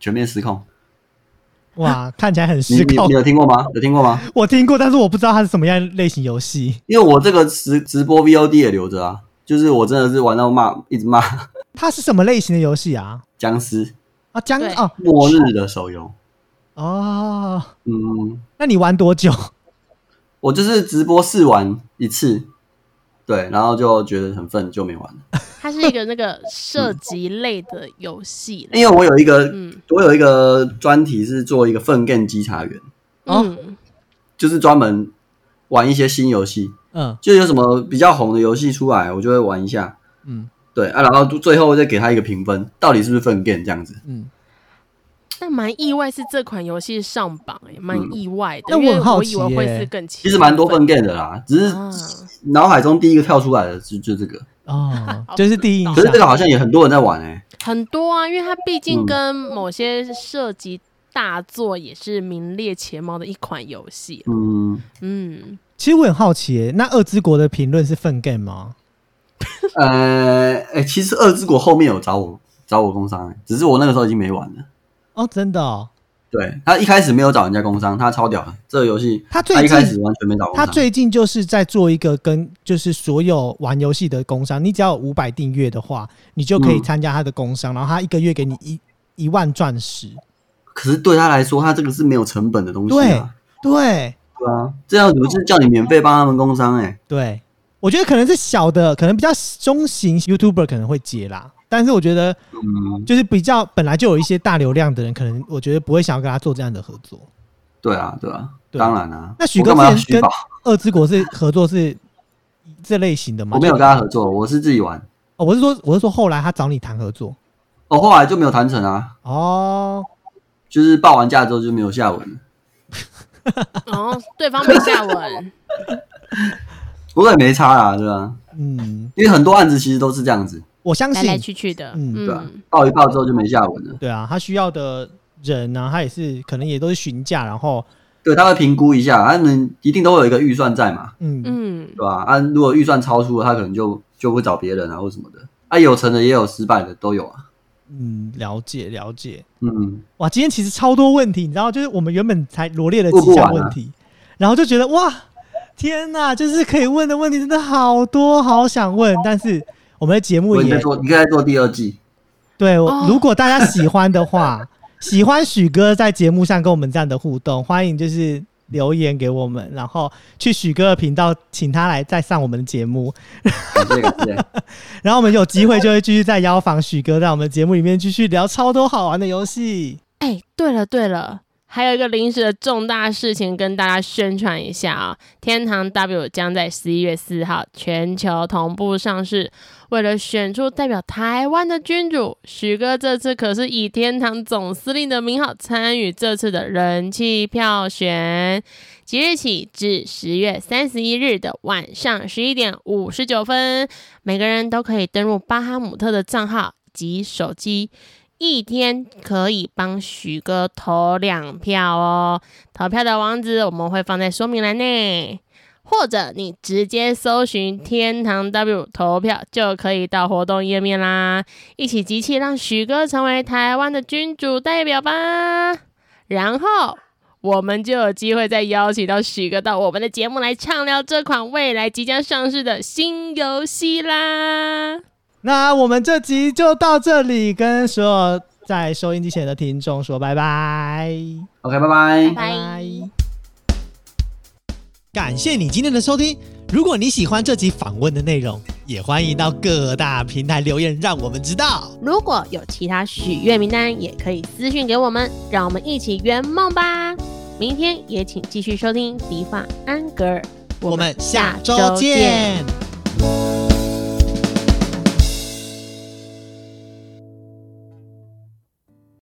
E: 全面失控。
A: 哇，看起来很
E: 你
A: 失
E: 你
A: 控
E: 你。有听过吗？有听过吗？
A: 我听过，但是我不知道它是什么样类型游戏。
E: 因为我这个直直播 VOD 也留着啊，就是我真的是玩到骂，一直骂
A: 它是什么类型的游戏啊？
E: 僵尸
A: 啊，僵
D: 对
A: 哦
E: 末日的手游。
A: 哦，
E: 嗯，
A: 那你玩多久？
E: 我就是直播试玩一次，对，然后就觉得很愤，就没玩了。
D: 它是一个那个射击类的游戏啦。
E: 因为我有一个，
D: 嗯
E: 我有一个专题是做一个粪便稽查员，
A: 哦
D: 嗯，
E: 就是专门玩一些新游戏，
A: 嗯
E: 就有什么比较红的游戏出来，我就会玩一下。
A: 嗯
E: 对啊，然后最后再给他一个评分，到底是不是粪便这样子？
A: 嗯，
D: 但蛮意外是这款游戏上榜、欸，蛮
E: 嗯
D: 意外的，
A: 那
D: 因
A: 我
D: 为
A: 很好
D: 我以为
A: 奇
D: 会
A: 耶
D: 是更其
E: 其实蛮多粪便的啦，只是脑海中第一个跳出来的就就这个。
A: 嗯哦， 就是第一印
D: 好
E: 可是
A: 象
E: 这。个好像也很多人在玩哎、
D: 很多啊，因为它毕竟
E: 嗯
D: 跟某些涉及大作也是名列前茅的一款游戏。
E: 嗯，
D: 嗯，
A: 其实我很好奇耶，那《二之国》的评论是粪 game 吗？
E: 呃，哎、其实《二之国》后面有找我找我工商、欸，只是我那个时候已经没玩了。
A: 哦，真的哦。
E: 对他一开始没有找人家工商，他超屌的这个游戏，
A: 他最
E: 他一开始
A: 近
E: 完全没找工
A: 他
E: 商。
A: 最近就是在做一个跟就是所有玩游戏的工商，你只要有五百订阅的话，你就可以
E: 嗯
A: 参加他的工商，然后他一个月给你一一万钻石。
E: 可是对他来说，他这个是没有成本的东西
A: 对
E: 啊。
A: 对
E: 对啊，这样不是叫你免费帮他们工商哎、
A: 对，我觉得可能是小的，可能比较中型 YouTuber 可能会接啦，但是我觉得
E: 嗯，
A: 就是比较本来就有一些大流量的人，可能我觉得不会想要跟他做这样的合作。
E: 对啊，对啊，
A: 对
E: 当然啊。
A: 那许
E: 我
A: 哥
E: 干嘛要
A: 之
E: 虚
A: 前跟
E: 报？
A: 二之国是合作是这类型的吗？
E: 我没有
A: 就
E: 跟
A: 是
E: 他合作，我是自己玩。
A: 哦，我是说我是说后来他找你谈合作
E: 我、后来就没有谈成啊，
A: 哦，
E: 就是报完价之后就没有下文了。
D: 哦，对方没下
E: 嗯
D: 文，
E: 不过也没差啦，对吧、啊
A: 嗯，
E: 因为很多案子其实都是这样子，
A: 我相
D: 来来
A: 信
D: 去去的。
A: 嗯
E: 对吧、啊
D: 嗯，？
E: 报一报之后就没下文了。
A: 对啊，他需要的人呢、啊，他也是可能也都是询价，然后
E: 对，他会评估一下，他们一定都会有一个预算在嘛，
A: 嗯
D: 嗯
E: 对，吧？啊，如果预算超出了，他可能就就会找别人啊，或什么的。啊，有成的也有失败的，都有啊。
A: 嗯，了解了解。
E: 嗯，
A: 哇，今天其实超多问题，你知道，就是我们原本才罗列了几项问
E: 啊
A: 题，然后就觉得哇，天呐，就是可以问的问题真的好多，好想问，但是我们的节目
E: 我你在
A: 也
E: 做，你可以再做第二季。
A: 对，我
D: 哦
A: 如果大家喜欢的话，喜欢许哥在节目上跟我们这样的互动，欢迎就是留言给我们，然后去许哥的频道，请他来再上我们的节目，
E: 感谢感 谢，
A: 然后我们有机会就会继续再邀访许哥，在我们节目里面继续聊超多好玩的游戏。
D: 哎，对了对了。还有一个临时的重大事情跟大家宣传一下啊、天堂 W 将在十一月四号全球同步上市。为了选出代表台湾的君主，许哥这次可是以天堂总司令的名号参与这即日起的人气票选，即日起至十月三十一日的晚上十一点五十九分，每个人都可以登录巴哈姆特的账号及手机。一天可以帮许哥投两票哦，投票的网址我们会放在说明栏内，或者你直接搜寻“天堂 W” 投票就可以到活动页面啦。一起集气，让许哥成为台湾的君主代表吧！然后我们就有机会再邀请到许哥到我们的节目来畅聊这款未来即将上市的新游戏啦。
A: 那我们这集就到这里，跟所有在收音机前的听众说拜拜，
E: OK，拜拜。
D: 拜
A: 感谢你今天的收听。如果你喜欢这集访问的内容，也欢迎到各大平台留言，让我们知道。
D: 如果有其他许愿名单，也可以私讯给我们，让我们一起圆梦吧。明天也请继续收听迪法安格尔，
A: 我们下周见。